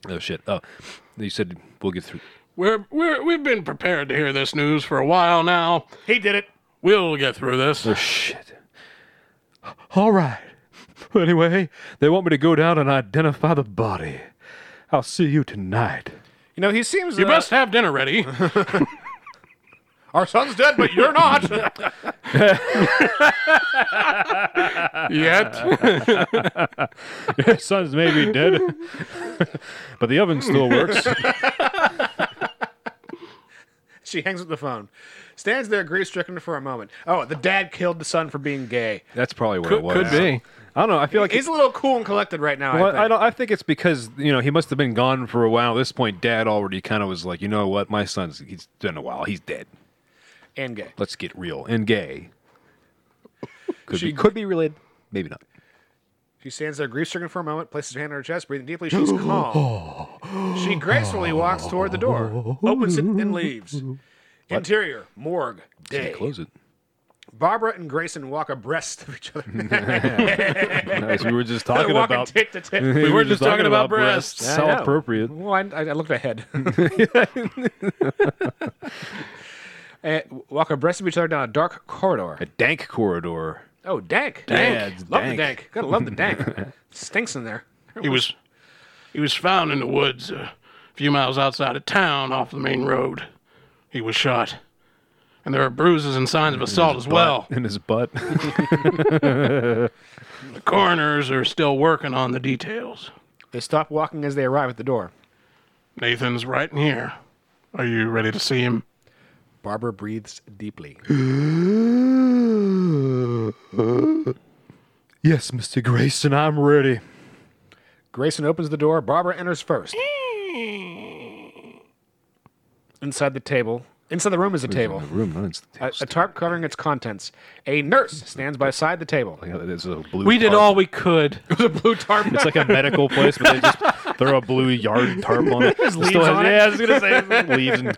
S1: Oh shit. Oh, you said we'll get through.
S2: We're, we're, we've been prepared to hear this news for a while now.
S3: He did it.
S2: We'll get through this.
S1: Oh shit. All right. Anyway, they want me to go down and identify the body. I'll see you tonight.
S3: You know, he seems.
S2: You
S3: uh,
S2: must have
S1: [LAUGHS]
S2: dinner ready.
S3: Our son's dead, but you're not. [LAUGHS]
S2: Yet.
S1: Your son's maybe dead, [LAUGHS] but the oven still works.
S3: she hangs up the phone, stands there grief-stricken for a moment. Oh, the dad killed the son for being gay.
S1: [LAUGHS] That's probably what it was.
S2: Could be.
S1: I don't know. I feel like
S3: He's a little cool and collected right now.
S1: Well,
S3: I think.
S1: I, don't, I think it's because you know he must have been gone for a while. At this point, Dad already kind of was like, you know what, my son's he's been a while. He's dead.
S3: and gay.
S1: Let's get real and gay. Could
S3: She-
S1: be could be related, maybe not.
S3: She stands there grief-stricken for a moment, places her hand on her chest, breathing deeply. [GASPS] She's calm. She gracefully walks toward the door, opens it, and leaves. Interior morgue day.
S1: Close it.
S3: Barbara and Grayson walk abreast of each [LAUGHS] other.
S1: As we were
S2: [LAUGHS]
S1: just
S3: They're
S1: talking
S3: walking
S1: about
S3: tit to tit.
S1: [LAUGHS] We
S2: were just talking about breasts.
S3: I
S1: How
S3: know.
S1: appropriate.
S3: Well, I, I
S1: [LAUGHS]
S3: looked ahead. [LAUGHS] Uh, walk abreast of each other down a dark corridor.
S1: A dank corridor.
S3: Oh, dank.
S1: Yeah, it's
S3: love
S1: dank.
S3: the dank. Gotta love the
S1: [LAUGHS]
S3: dank. Stinks in there.
S2: he was he was found in the woods uh, a few miles outside of town off the main road. He was shot. And there are bruises and signs of assault as well.
S1: in his [LAUGHS] butt.
S2: The coroners are still working on the details.
S3: They stop walking as they arrive at the door.
S2: Nathan's right in here. Are you ready to see him?
S3: Barbara breathes deeply.
S1: [GASPS] yes, Mr. Grayson, I'm ready.
S3: Grayson opens the door. Barbara enters first. Inside the table, Inside the room is a table.
S1: The room runs. The
S3: A, a tarp covering its contents. A nurse stands by side the table.
S1: table. It's a blue
S2: We did
S1: tarp.
S2: all we could.
S3: [LAUGHS] The blue tarp.
S1: It's like a medical place, but they just throw a blue yard tarp on it. There's
S3: leaves on it.
S1: Yeah, I was gonna
S3: [LAUGHS]
S1: say leaves and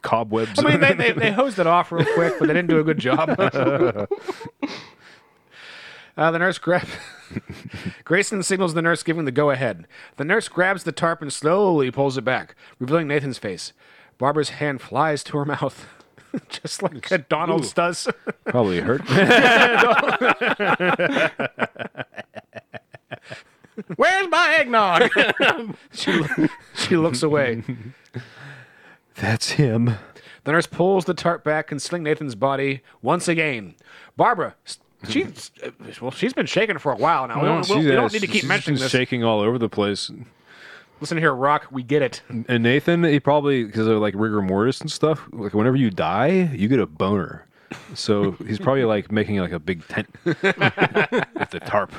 S1: cobwebs.
S3: I mean, they, they, they hosed it off real quick, but they didn't do a good [LAUGHS] job. uh, the nurse grabs. [LAUGHS] Grayson signals the nurse, giving the go ahead. The nurse grabs the tarp and slowly pulls it back, revealing Nathan's face. Barbara's hand flies to her mouth, [LAUGHS] just like a Donald's does.
S1: Probably hurt.
S2: [LAUGHS] Where's my eggnog?
S3: [LAUGHS] she, lo- she looks away.
S1: That's him.
S3: The nurse pulls the tarp back, concealing Nathan's body once again. Barbara, s- she's uh, well, she's been shaking for a while now. We don't, we don't need to keep mentioning this.
S1: shaking all over the place.
S3: Listen here, Rock, we get it.
S1: And Nathan, he probably because of like rigor mortis and stuff. Like whenever you die, you get a boner. So he's probably like making like a big
S3: [LAUGHS]
S1: tent with the tarp.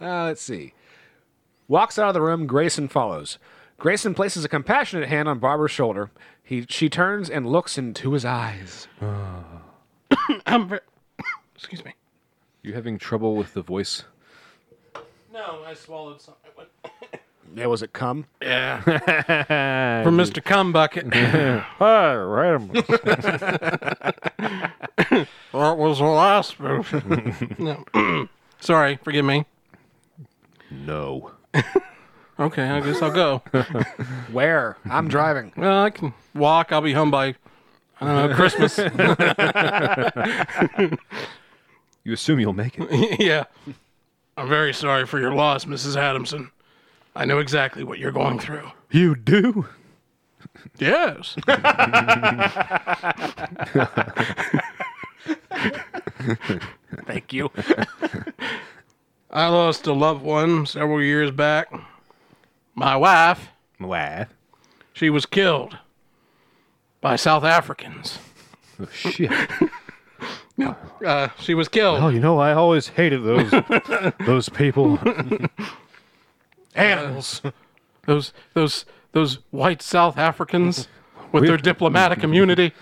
S3: Uh, let's see. Walks out of the room. Grayson follows. Grayson places a compassionate hand on Barbara's shoulder. He, she turns and looks into his eyes.
S2: [LAUGHS] I'm ver- Excuse me.
S1: You having trouble with the voice?
S2: No, I swallowed something.
S3: Yeah, was it come?
S2: Yeah. From Mr. Cum Bucket.
S3: Ah,
S1: Hi, right.
S2: [LAUGHS] that was the last move. [LAUGHS] No. [CLEARS THROAT] Sorry, forgive me.
S1: No.
S2: Okay, I guess I'll go.
S3: Where? I'm driving.
S2: Well, I can walk. I'll be home by I don't know, Christmas.
S1: You assume you'll make it.
S2: yeah. I'm very sorry for your loss, Mrs. Adamson. I know exactly what you're going through.
S1: You do.
S2: [LAUGHS] Yes.
S3: Thank you.
S2: [LAUGHS] I lost a loved one several years back. My wife,
S1: Wow.
S2: she was killed by South Africans.
S1: Oh, shit.
S2: Uh, she was killed.
S1: Oh, you know, I always hated
S2: [LAUGHS]
S1: those those people.
S3: Animals.
S2: Those those those white
S1: [LAUGHS]
S2: South Africans with their diplomatic immunity.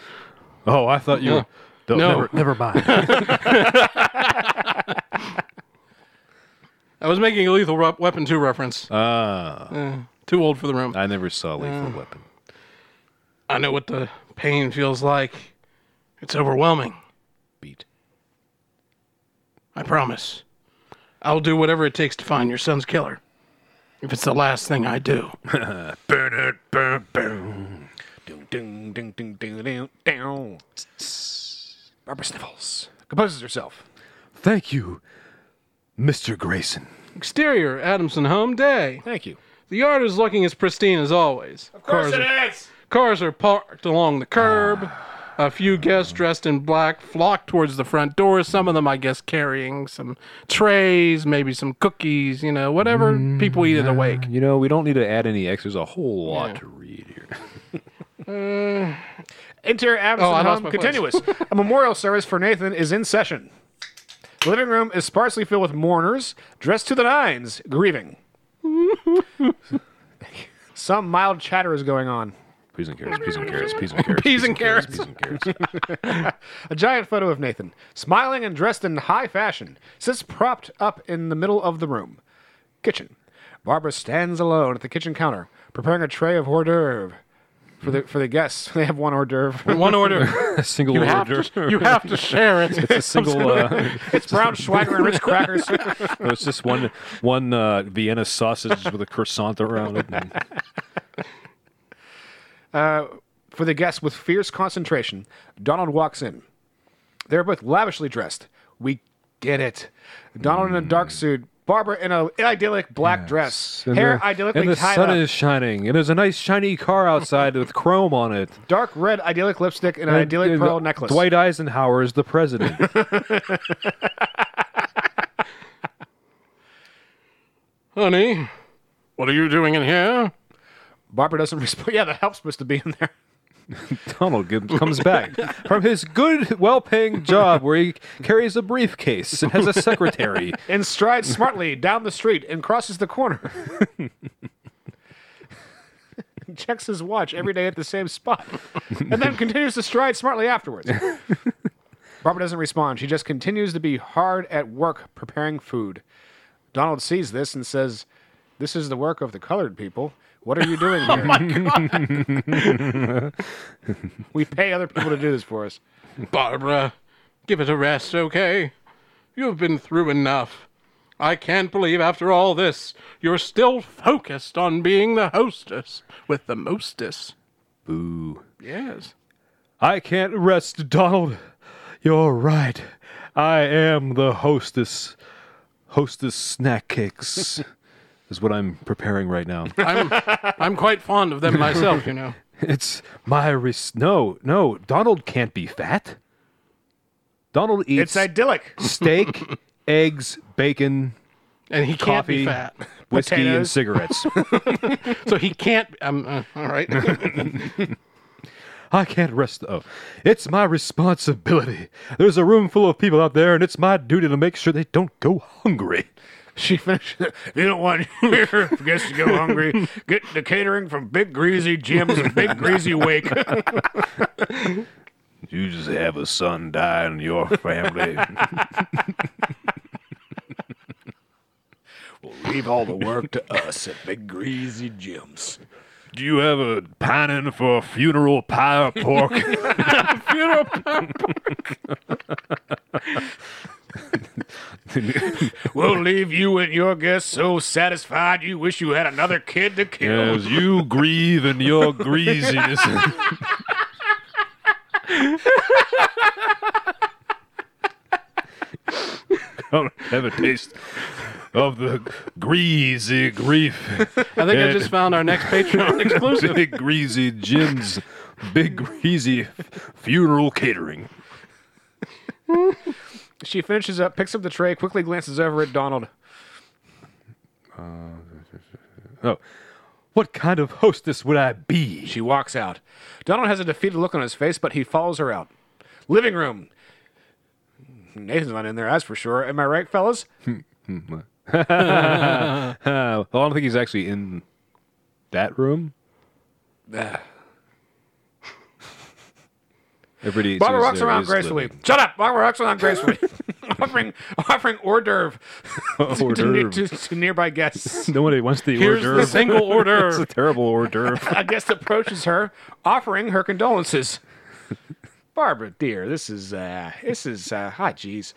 S1: Oh, I thought you were. No,
S2: No.
S1: Never, never mind.
S2: [LAUGHS] I was making a Lethal Rep- Weapon 2 reference.
S1: Ah,
S2: Too old for the room.
S1: I never saw Lethal Weapon.
S2: I know what the pain feels like. It's overwhelming.
S1: Beat.
S2: I promise. I'll do whatever it takes to find your son's killer. If it's the last thing I do.
S1: Burn it, burn, burn.
S3: Dun, dun, dun, dun, dun, dun, dun. Barbara sniffles. Composes herself.
S1: Thank you, Mr. Grayson.
S2: Exterior, Adamson home day.
S3: Thank you.
S2: The yard is looking as pristine as always. Of cars are,
S3: is.
S2: cars are parked along the curb. A few guests dressed in black flock towards the front door. Some of them, I guess, carrying some trays, maybe some cookies, you know, whatever people eat at the wake.
S1: You know, we don't need to add any X. There's a whole lot to read here.
S3: Enter Adamson
S2: Oh, I lost
S3: Home
S2: my [LAUGHS]
S3: continuous. a memorial service for Nathan is in session. The living room is sparsely filled with mourners dressed to the nines,
S2: [LAUGHS]
S3: grieving. Some mild chatter is going on.
S1: Peas and carrots, peas and carrots, peas
S2: [LAUGHS]
S1: and carrots.
S2: Peas and
S1: Peas and carrots.
S3: A giant photo of Nathan, smiling and dressed in high fashion, sits propped up in the middle of the room. Kitchen. Barbara stands alone at the kitchen counter, preparing a tray of hors d'oeuvre for the for the guests. [LAUGHS] They have one hors
S2: [LAUGHS]
S3: d'oeuvre.
S2: One order.
S1: [LAUGHS] a single
S2: You have,
S1: order.
S2: to, you have [LAUGHS] to share it.
S1: [LAUGHS] It's a single. Uh,
S3: It's brown Schweiger and
S2: [LAUGHS]
S3: Ritz crackers.
S1: no, it's just one one uh, Vienna sausage with a croissant around it. and-
S2: [LAUGHS]
S3: for the guests with fierce concentration, Donald walks in. They're both lavishly dressed. We get it. Donald in a dark suit, Barbara in an idyllic black dress,
S1: Hmm. And
S3: hair
S1: the-
S3: idyllically
S1: And the
S3: tied
S1: sun
S3: up,
S1: is shining, and there's a nice shiny car outside with chrome on it.
S3: dark red idyllic lipstick, and an
S1: And-
S3: idyllic
S1: and
S3: pearl
S1: Dw-
S3: necklace.
S1: Dwight Eisenhower is the president.
S3: [LAUGHS]
S2: Honey, what are you doing in here?
S3: Barbara doesn't [LAUGHS] respond. Yeah, the help's supposed to be in there.
S1: Donald Gibb comes back from his good, well-paying job where he carries a briefcase and has a
S3: [LAUGHS]
S1: secretary.
S3: And strides smartly down the street and crosses the corner. He [LAUGHS] checks his watch every day at the same spot, and then continues to stride smartly afterwards. Barbara doesn't respond. She just continues to be hard at work preparing food. Donald sees this and says, "This is the work of the colored people. What are you doing here? [LAUGHS] we pay other people to do this for us."
S2: Barbara, give it a rest, okay? You've been through enough. I can't believe after all this, you're still focused on being the hostess with the mostess.
S1: Boo.
S2: Yes.
S1: I can't rest, Donald. You're right. I am the hostess. Hostess snack
S3: [LAUGHS]
S1: cakes is what I'm preparing right now. [LAUGHS]
S2: I'm [LAUGHS] I'm quite fond of them myself, you know.
S1: it's my res- no, no. Donald can't be fat. Donald eats
S3: It's idyllic. [LAUGHS]
S1: steak, eggs, bacon,
S2: [LAUGHS] And he can't
S1: Coffee.
S2: be fat.
S1: whiskey, and
S3: Potatoes.
S1: cigarettes.
S2: So he can't um, uh, all right. [LAUGHS]
S1: I can't rest though. It's my responsibility. There's a room full of people out there, and it's my duty to make sure they don't go hungry.
S3: She finishes. You don't want your [LAUGHS] guests to go hungry. Get the catering from Big Greasy Jim's and Big Greasy Wake.
S1: You just have a son die in your family. [LAUGHS]
S3: Leave all the work to us at Big Greasy Jim's.
S1: Do you have a pining for a funeral pie or pork? [LAUGHS]
S2: Funeral
S1: [LAUGHS]
S3: We'll leave you and your guests so satisfied you wish you had another kid to kill.
S1: As you grieve in your greasiness. Come have a taste of the greasy grief.
S2: I think I just found our next Patreon exclusive.
S1: Big Greasy Jim's Big Greasy Funeral Catering.
S3: She finishes up, picks up the tray, quickly glances over at Donald.
S1: Oh, what kind of hostess would I be?
S3: She walks out. Donald has a defeated look on his face, but he follows her out. Living room. Nathan's not in there, that's for sure. Am I right, [SIGHS] fellas?
S1: Uh, I don't think he's actually in that room. Everybody
S3: Barbara
S1: says
S3: walks
S1: there
S3: around
S1: is
S3: gracefully.
S1: living.
S3: Shut up. Barbara walks [LAUGHS] around gracefully, offering offering hors d'oeuvre, [LAUGHS]
S1: Hors
S3: to, ne-
S1: d'oeuvre.
S3: to, to nearby guests.
S1: Nobody wants the
S2: Here's
S1: hors d'oeuvre.
S2: the single
S1: it's a
S2: order.
S1: terrible hors d'oeuvre.
S3: A guest approaches her, offering her condolences. Barbara, dear, this is uh, this is uh, hi, jeez.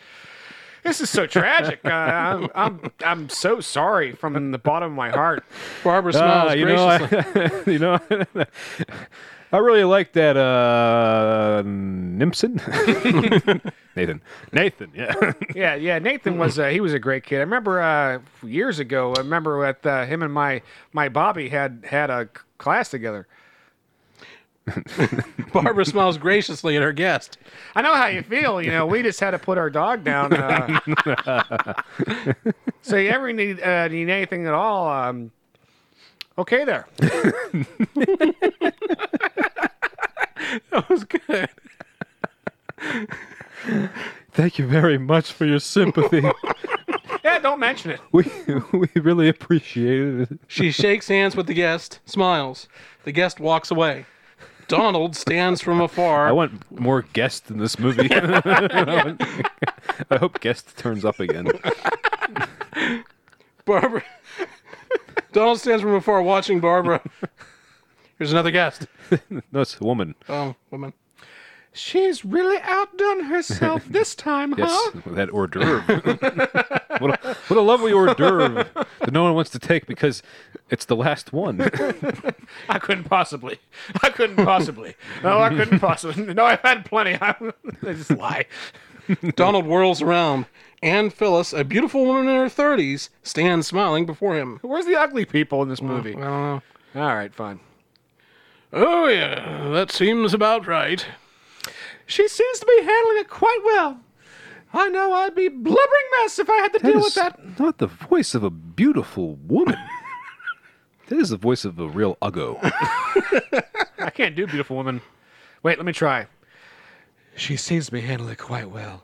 S3: This is so tragic. Uh, I'm, I'm I'm so sorry from the bottom of my heart.
S2: Barbara
S1: [LAUGHS]
S2: smiles
S1: Ah, you know,
S2: graciously. [LAUGHS]
S1: I, [LAUGHS] you know, I really like that uh, Nimson, [LAUGHS] Nathan, Nathan, yeah. [LAUGHS]
S3: Yeah, yeah. Nathan was uh, he was a great kid. I remember uh, years ago. I remember with uh, him and my my Bobby had had a c- class together.
S2: Barbara smiles graciously at her guest.
S3: I know how you feel. You know, we just had to put our dog down. Uh,
S1: [LAUGHS]
S3: so you ever need uh, need anything at all? Um, okay, there.
S2: That was good.
S1: Thank you very much for your [LAUGHS] sympathy.
S3: Yeah, don't mention it.
S1: we we really appreciate it.
S2: She shakes hands with the guest, smiles. The guest walks away. Donald stands from afar.
S1: I want more guests in this [LAUGHS] movie. I hope guest turns up again.
S2: Barbara. [LAUGHS] Donald stands from afar watching Barbara. Here's another guest.
S1: No, it's a woman.
S2: Oh, woman.
S3: She's really outdone herself this time,
S1: [LAUGHS] Yes,
S3: huh?
S1: that hors d'oeuvre. [LAUGHS] what, a, what a lovely hors d'oeuvre that no one wants to take because it's the last one.
S3: I couldn't possibly. I couldn't possibly. No, I couldn't possibly. No, I've had plenty. I, [LAUGHS] I just lie.
S2: Donald whirls around. Anne Phyllis, a beautiful woman in her 30s, stands smiling before him.
S3: Where's the ugly people in this movie?
S2: I don't know.
S3: All right, fine.
S2: Oh, yeah, that seems about right.
S3: She seems to be handling it quite well. I know I'd be blubbering mess if I had to deal with
S1: is
S3: that.
S1: Not the voice of a beautiful [LAUGHS] woman. that is the voice of a real uggo.
S3: I can't do beautiful woman. Wait, let me try. She seems to be handling it quite well.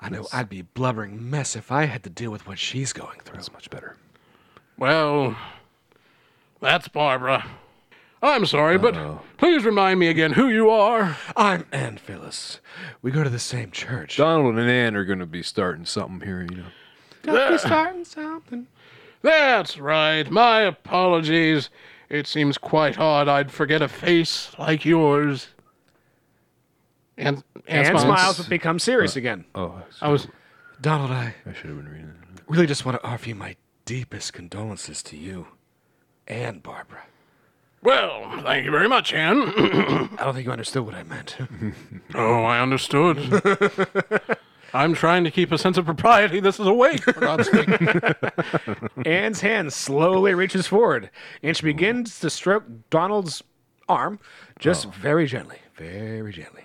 S3: I know I'd be blubbering mess if I had to deal with what she's going through.
S1: That's much better.
S2: Well, that's Barbara. I'm sorry, but please remind me again who you are.
S3: I'm Ann Phyllis. We go to the same church.
S1: Donald and Ann are going to be starting something here, you know.
S3: Don't be starting something.
S2: That's right. My apologies. It seems quite odd I'd forget a face like yours. And, and,
S3: Ann
S2: smiles.
S3: smiles but becomes serious again.
S1: Oh,
S2: I was
S3: Uh, Donald, I
S1: I should have been reading it.
S3: really just want to offer you my deepest condolences to you and Barbara.
S2: well. Thank you very much, Anne.
S3: I don't think you understood what I meant.
S2: [CLEARS THROAT] oh, I understood. I'm trying to keep a sense of propriety. This is a wake. For God's sake.
S3: Anne's hand slowly reaches forward, and she begins to stroke Donald's arm, just very gently, very gently,
S1: Oh.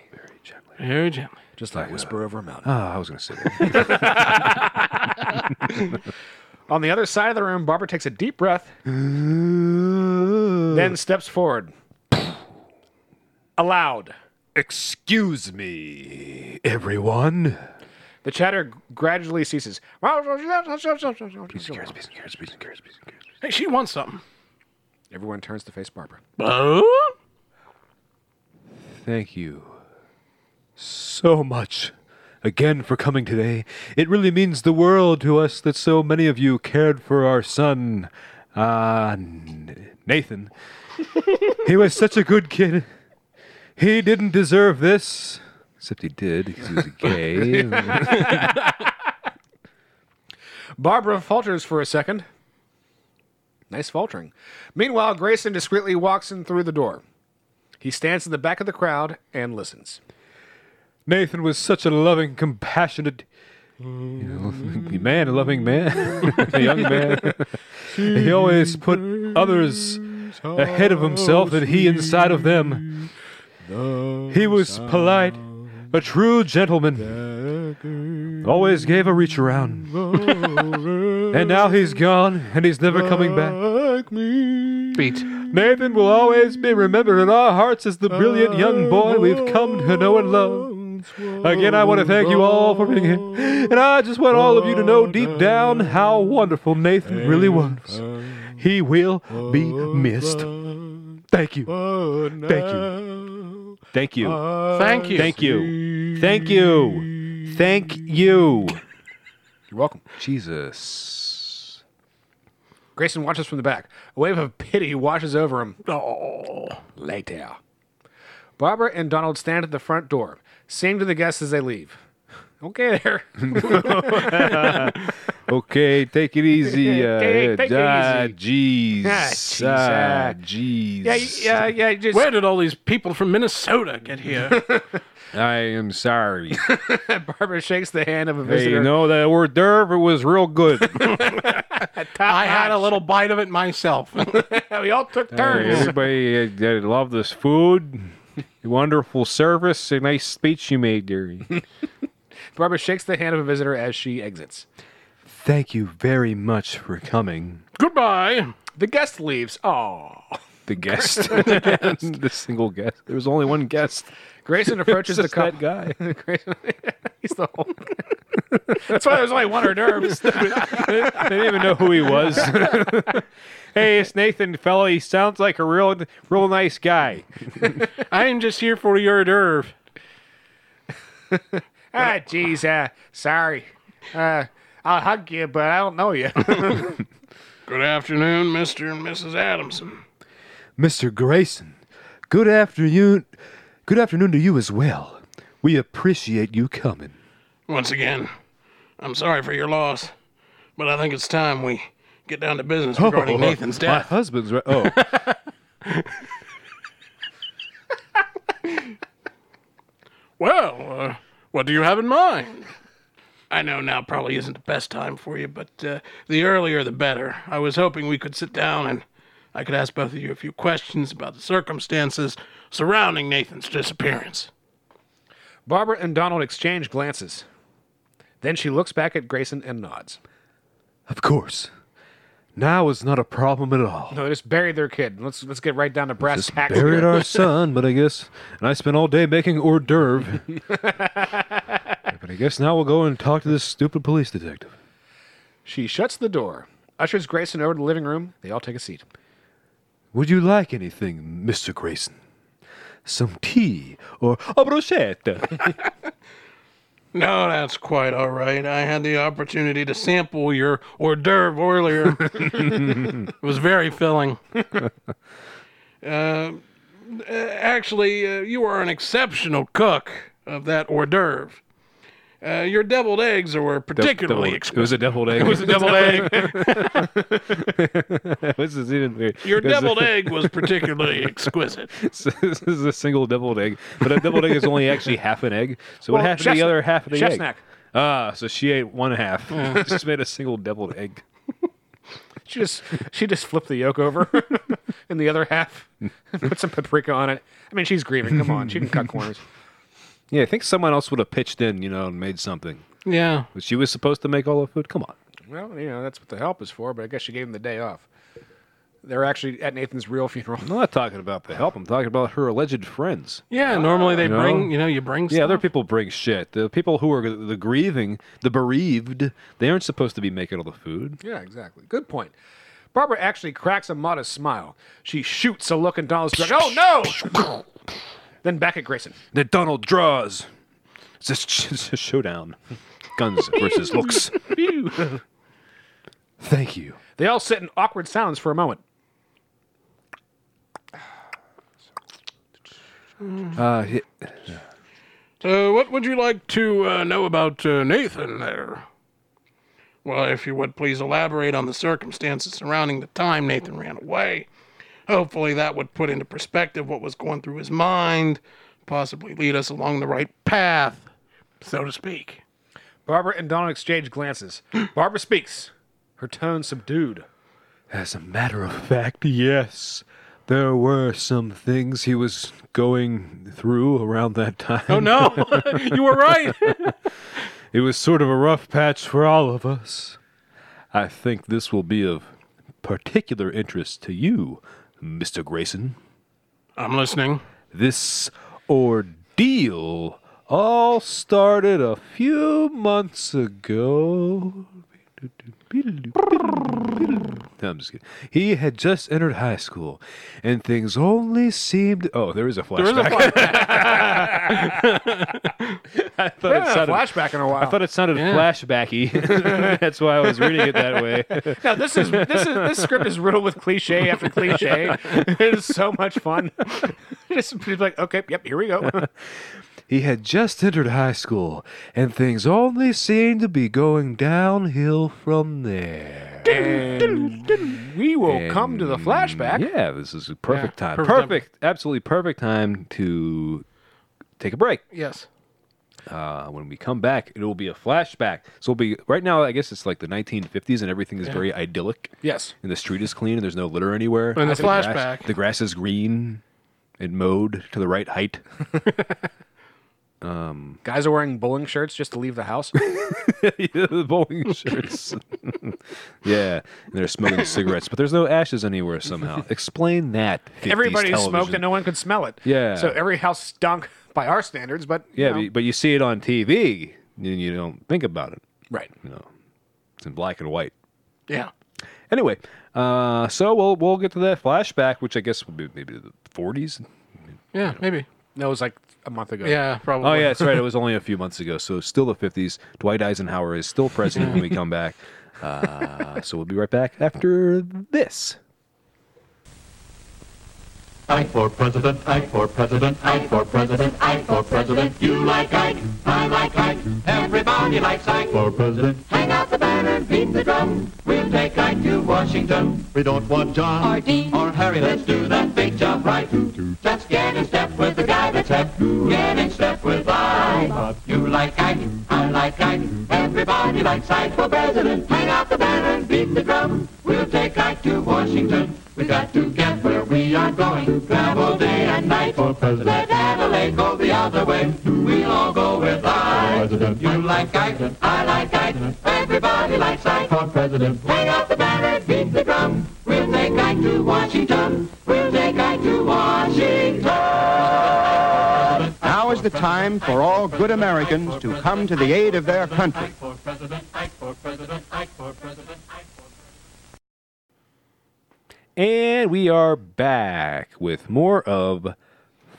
S1: Very gently.
S2: Very gently.
S3: just like whisper over a mountain.
S1: Ah, I was going to say that.
S3: On the other side of the room, Barbara takes a deep breath, then steps forward. Aloud.
S1: Excuse me, everyone.
S3: The chatter gradually ceases.
S1: Carrots, peas, and carrots, peas, and carrots, peas, and carrots.
S2: Hey, she wants something.
S3: Everyone turns to face Barbara.
S2: Oh?
S1: Thank you so much again for coming today. It really means the world to us that so many of you cared for our son, uh, N- Nathan. he was such a good kid. He didn't deserve this, except he did because he was gay.
S3: Barbara falters for a second. Nice faltering. Meanwhile, Grayson discreetly walks in through the door. He stands in the back of the crowd and listens.
S1: Nathan was such a loving, compassionate you know, [LAUGHS] man, a loving man, [LAUGHS] a young man. he always put others ahead of himself and he inside of them. He was polite, a true gentleman. Always gave a reach around. and now he's gone and he's never coming back.
S2: Beat.
S1: Nathan will always be remembered in our hearts as the brilliant young boy we've come to know and love. Again, I want to thank you all for being here. And I just want all of you to know deep down how wonderful Nathan really was. He will be missed. Thank you. Thank you. Thank you.
S2: Thank you.
S1: Thank you. Thank you. Thank you.
S3: You're welcome.
S1: Jesus.
S3: Grayson watches from the back. A wave of pity washes over him. Oh, later. Barbara and Donald stand at the front door, sing to the guests as they leave. Okay, there.
S1: Okay, take it easy. Uh,
S3: Take- take it
S1: ah,
S3: easy.
S1: Jeez.
S3: Ah, jeez,
S1: Ah,
S3: uh,
S1: jeez.
S3: yeah, yeah, yeah. Just
S2: Where did all these people from Minnesota get here?
S1: I am sorry.
S3: Barbara shakes the hand of a
S1: hey,
S3: visitor.
S1: you know, that hors d'oeuvre was real good.
S2: I had a little bite of it myself. [LAUGHS]
S3: [LAUGHS] we all took
S1: Hey,
S3: turns.
S1: everybody uh, uh, loved this food. Wonderful service. A nice speech you made, dearie.
S3: Barbara shakes the hand of a visitor as she exits.
S1: Thank you very much for coming.
S2: Goodbye.
S3: The guest leaves. Oh.
S1: The guest. [LAUGHS] the single guest. There was only one guest. [LAUGHS]
S3: Grayson approaches the
S1: Just
S3: couple.
S1: that [LAUGHS] guy.
S3: Grayson, [LAUGHS] he's the whole. [LAUGHS] That's why there's only one
S1: [LAUGHS]
S3: hors d'oeuvres.
S1: I didn't even know who he [LAUGHS] was. hey, it's Nathan, fella. He sounds like a real, real nice guy.
S2: I am just here for your hors d'oeuvre.
S3: ah, jeez. Uh, sorry. Uh, I'll hug you, but I don't know you. [LAUGHS]
S2: Good afternoon, Mr. and Mrs. Adamson.
S1: Mr. Grayson, good afternoon. Good afternoon to you as well. We appreciate you coming.
S2: Once again, I'm sorry for your loss, but I think it's time we get down to business regarding Nathan's
S1: My
S2: death.
S1: husband's right. Oh.
S2: Well, uh, what do you have in mind? I know now probably isn't the best time for you, but uh, the earlier the better. I was hoping we could sit down and I could ask both of you a few questions about the circumstances surrounding Nathan's disappearance.
S3: Barbara and Donald exchange glances. Then she looks back at Grayson and nods.
S1: [LAUGHS] Of course. Now is not a problem at all.
S3: No, they just buried their kid. Let's let's get right down to brass
S1: Just
S3: tacks.
S1: buried our son, but I guess, and I spent all day making hors d'oeuvre. but I guess now we'll go and talk to this stupid police detective.
S3: She shuts the door, ushers Grayson over to the living room. They all take a seat.
S1: Would you like anything, Mr. Grayson? Some tea or a bruschetta?
S2: No, that's quite all right. I had the opportunity to sample your hors d'oeuvre [LAUGHS] earlier. it was very [LAUGHS] filling. uh, uh, actually, uh, you are an exceptional cook of that hors d'oeuvre. Uh, your deviled eggs were particularly
S1: Deviled-
S2: [LAUGHS] exquisite.
S1: it was a deviled egg. it was
S2: Deviled egg.
S1: [LAUGHS] this is even weird.
S2: [LAUGHS] Your
S1: Because
S2: deviled egg was particularly [LAUGHS] exquisite.
S1: [LAUGHS] this is a single deviled egg, but a deviled egg is only actually half an egg. So what
S3: Well,
S1: happened to
S3: chef's-
S1: the other half of the
S3: chef's
S1: egg?
S3: knack.
S1: Ah, so she ate one half. [LAUGHS] Just made a single deviled egg.
S3: She just [LAUGHS] she just flipped the yolk over [LAUGHS] in the other half, put some paprika on it. I mean, she's grieving. Come on, she can cut corners.
S1: Yeah, I think someone else would have pitched in, you know, and made something.
S2: Yeah.
S1: But she was supposed to make all the food. Come on.
S3: Well, you know that's what the help is for. But I guess she gave him the day off. They're actually at Nathan's real funeral. [LAUGHS]
S1: I'm not talking about the help. I'm talking about her alleged friends.
S2: Yeah, normally they
S1: know?
S2: bring, you know, you bring
S1: Yeah,
S2: stuff.
S1: other people bring shit. The people who are the grieving, the bereaved, they aren't supposed to be making all the food.
S3: Yeah, exactly. Good point. Barbara actually cracks a modest smile. She shoots a look and Donald's like, "Oh no!" [LAUGHS] then back at Grayson.
S1: That Donald draws. It's a, sh- [LAUGHS] it's a showdown. Guns versus looks. Thank you.
S3: They all sit in awkward silence for a moment.
S1: Uh, y-
S2: Uh, what would you like to uh, know about uh, Nathan there? Well, if you would please elaborate on the circumstances surrounding the time Nathan ran away. Hopefully, that would put into perspective what was going through his mind, possibly lead us along the right path, so to speak.
S3: Barbara and Donald exchange glances. Barbara speaks, her tone subdued.
S1: As a matter of fact, yes. There were some things he was going through around that time. [LAUGHS]
S2: Oh, no! you were right!
S1: It was sort of a rough patch for all of us. I think this will be of particular interest to you, Mr. Grayson.
S2: [LAUGHS] I'm listening.
S1: This ordeal all started a few months ago. No, I'm just kidding. He had just entered high school, and things only seemed. Oh, there is a flashback.
S2: There's a flashback.
S1: [LAUGHS] I thought
S3: I
S1: it sounded.
S3: flashback in a while.
S1: I thought it sounded flashbacky. [LAUGHS] That's why I was reading it that way.
S3: no, this is this is this script is riddled with cliche after cliche. [LAUGHS] it is so much fun. [LAUGHS] Just be like, okay, yep, here
S1: [LAUGHS]
S3: we go.
S1: [LAUGHS] He had just entered high school, and things only seemed to be going downhill from there.
S3: we will come to the flashback.
S1: Yeah, this is a perfect time.
S2: perfect time.
S1: perfect absolutely perfect time to take a break.
S2: yes.
S1: Uh, when we come back, it will be a flashback. So it'll be right now. I guess it's like the 1950s, and everything is very idyllic.
S3: Yes.
S1: and the street is clean, and there's no litter anywhere.
S2: And the
S1: grass-
S2: flashback.
S1: the grass is green and mowed to the right height.
S3: Guys are wearing bowling shirts just to leave the house.
S1: [LAUGHS] Yeah, the bowling shirts. [LAUGHS] yeah, and they're smoking cigarettes, but there's no ashes anywhere somehow. Explain that. 50s
S3: Everybody smoked
S1: television.
S3: and no one could smell it.
S1: Yeah.
S3: So every house stunk by our standards, but you
S1: Yeah,
S3: know.
S1: but, but you see it on TV and you don't think about it.
S3: right.
S1: You know, it's in black and white.
S2: Yeah.
S1: Anyway, uh, so we'll we'll get to that flashback, which I guess would be maybe the 40s.
S2: Yeah, maybe.
S3: No, it was like a month ago.
S2: Yeah, probably.
S1: Oh yeah, that's right. It was only a few months ago, so still the 50s. Dwight Eisenhower is still president when we come
S3: [LAUGHS]
S1: back. Uh, so we'll be right back after this.
S4: I for president, I for president, I for president, I for president. You like Ike, I like Ike, everybody likes Ike. For president, hang out the banner, beat the drum. We'll take Ike to Washington. We don't want John or Dean or Harry. Let's do that big job right. Let's get in step with the guy that's hep. Get in step with Ike. You like Ike, I like Ike, everybody likes Ike. For president, hang out the banner, beat the drum. We'll take Ike to Washington. We got to get where we are going. Travel day and night. For president. Let Adelaide go the other way. We'll all go with I. President. You like I, I like I. Everybody likes I. For president. Hang out the banner, beat the drum. We'll take I to Washington. We'll take I to Washington.
S5: Now is the time for all good Americans to come to the aid of their country.
S4: For president, I for president, I for president, I for president.
S1: And we are back with more of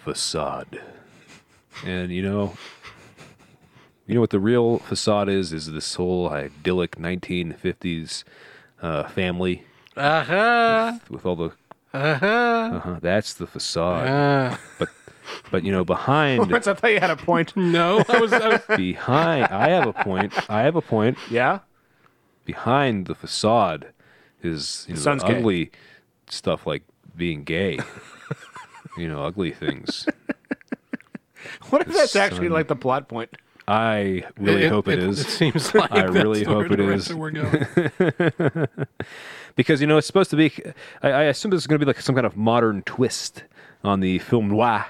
S1: facade. And you know, you know what the real facade is? Is this whole idyllic 1950s uh, family
S2: Uh huh.
S1: with all the.
S2: Uh huh.
S1: Uh-huh, that's the facade.
S2: Uh,
S1: But, but you know,
S3: [LAUGHS]
S1: behind,
S3: Prince, I thought you had
S1: [LAUGHS]
S3: a point.
S2: no, I was, I was
S1: behind, I have a point. I have a point.
S3: yeah?
S1: behind the facade is you know,
S3: son's gay.
S1: ugly stuff like being gay. you know, ugly things.
S3: What if that's
S1: son.
S3: actually like the plot point?
S1: I really hope it
S2: It
S1: is
S2: seems like
S1: I
S2: that's
S1: really
S2: where
S1: hope it
S2: the
S1: is.
S2: rest of We're going.
S1: because you know it's supposed to be. I, I assume this is going to be like some kind of modern twist on the film noir.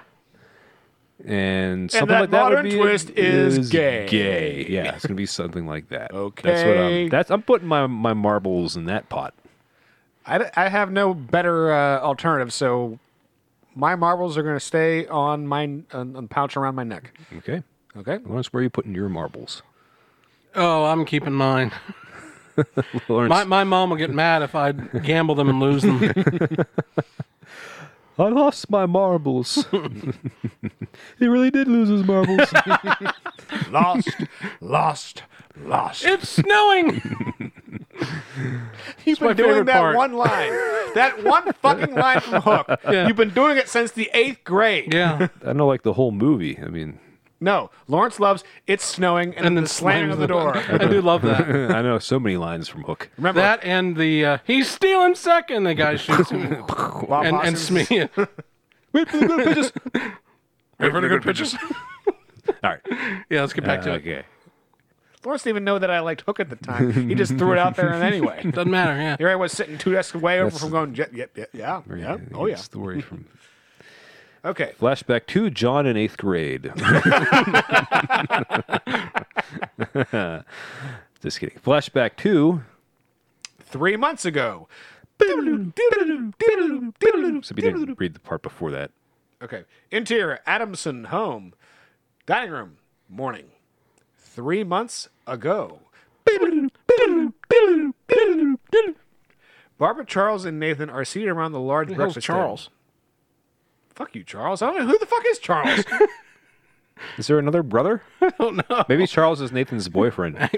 S1: And something
S3: that
S1: like that would
S3: modern
S1: be-
S3: twist is gay.
S1: Gay, yeah, it's gonna be something like that. that's what
S3: Okay.
S1: I'm. That's I'm putting my my marbles in that pot.
S3: I, d- I have no better uh, alternative, so my marbles are going to stay on my on, on pouch around my neck.
S1: Okay,
S3: Okay?
S1: Lawrence, where are you putting your marbles? [LAUGHS]
S2: Oh, I'm keeping mine.
S1: Lawrence,
S2: My, my mom will get mad if I gamble them and lose them.
S1: I lost my marbles. he really did lose his marbles.
S3: Lost, lost, lost.
S2: it's snowing.
S3: You've
S2: my
S3: been doing
S2: favorite
S3: that
S2: part.
S3: one line. That one fucking line from Hook. [LAUGHS] You've been doing it since the eighth grade.
S2: Yeah.
S1: [LAUGHS] I know, like the whole movie. I mean,
S3: No, Lawrence loves It's Snowing and, then the slamming of the door.
S2: I do
S1: [LAUGHS]
S2: love that.
S1: I know so many lines from Hook.
S3: [LAUGHS] Remember,
S2: That and the uh, he's stealing second. The guy shoots him
S3: Bob
S2: and and
S3: Hoskins.
S2: Smee.
S1: Wait for the good pitches.
S2: Wait for the good pitches.
S1: All right.
S2: Yeah, let's get back to it.
S1: Okay.
S3: [LAUGHS] Lawrence didn't even know that I liked Hook at the time. He just threw it out there and [LAUGHS] anyway.
S2: Doesn't matter. Yeah.
S3: Here I was sitting two desks away over
S1: That's-
S3: from going, yep, yep, yep, yeah, yeah, oh yeah.
S1: Story from
S3: Okay.
S1: flashback to John in eighth grade. [LAUGHS] Just kidding. Flashback to.
S3: Three months ago.
S1: So we didn't read the part before that.
S3: Okay. Interior Adamson home. Dining room. Morning. Three months ago. Barbara, Charles, and Nathan are seated around the large
S2: Who the hell's
S3: breakfast table.
S2: Charles?
S3: Fuck you, Charles. I don't know who the fuck
S2: [LAUGHS]
S3: is Charles.
S1: Is there another brother? I don't know. Maybe Charles is Nathan's boyfriend.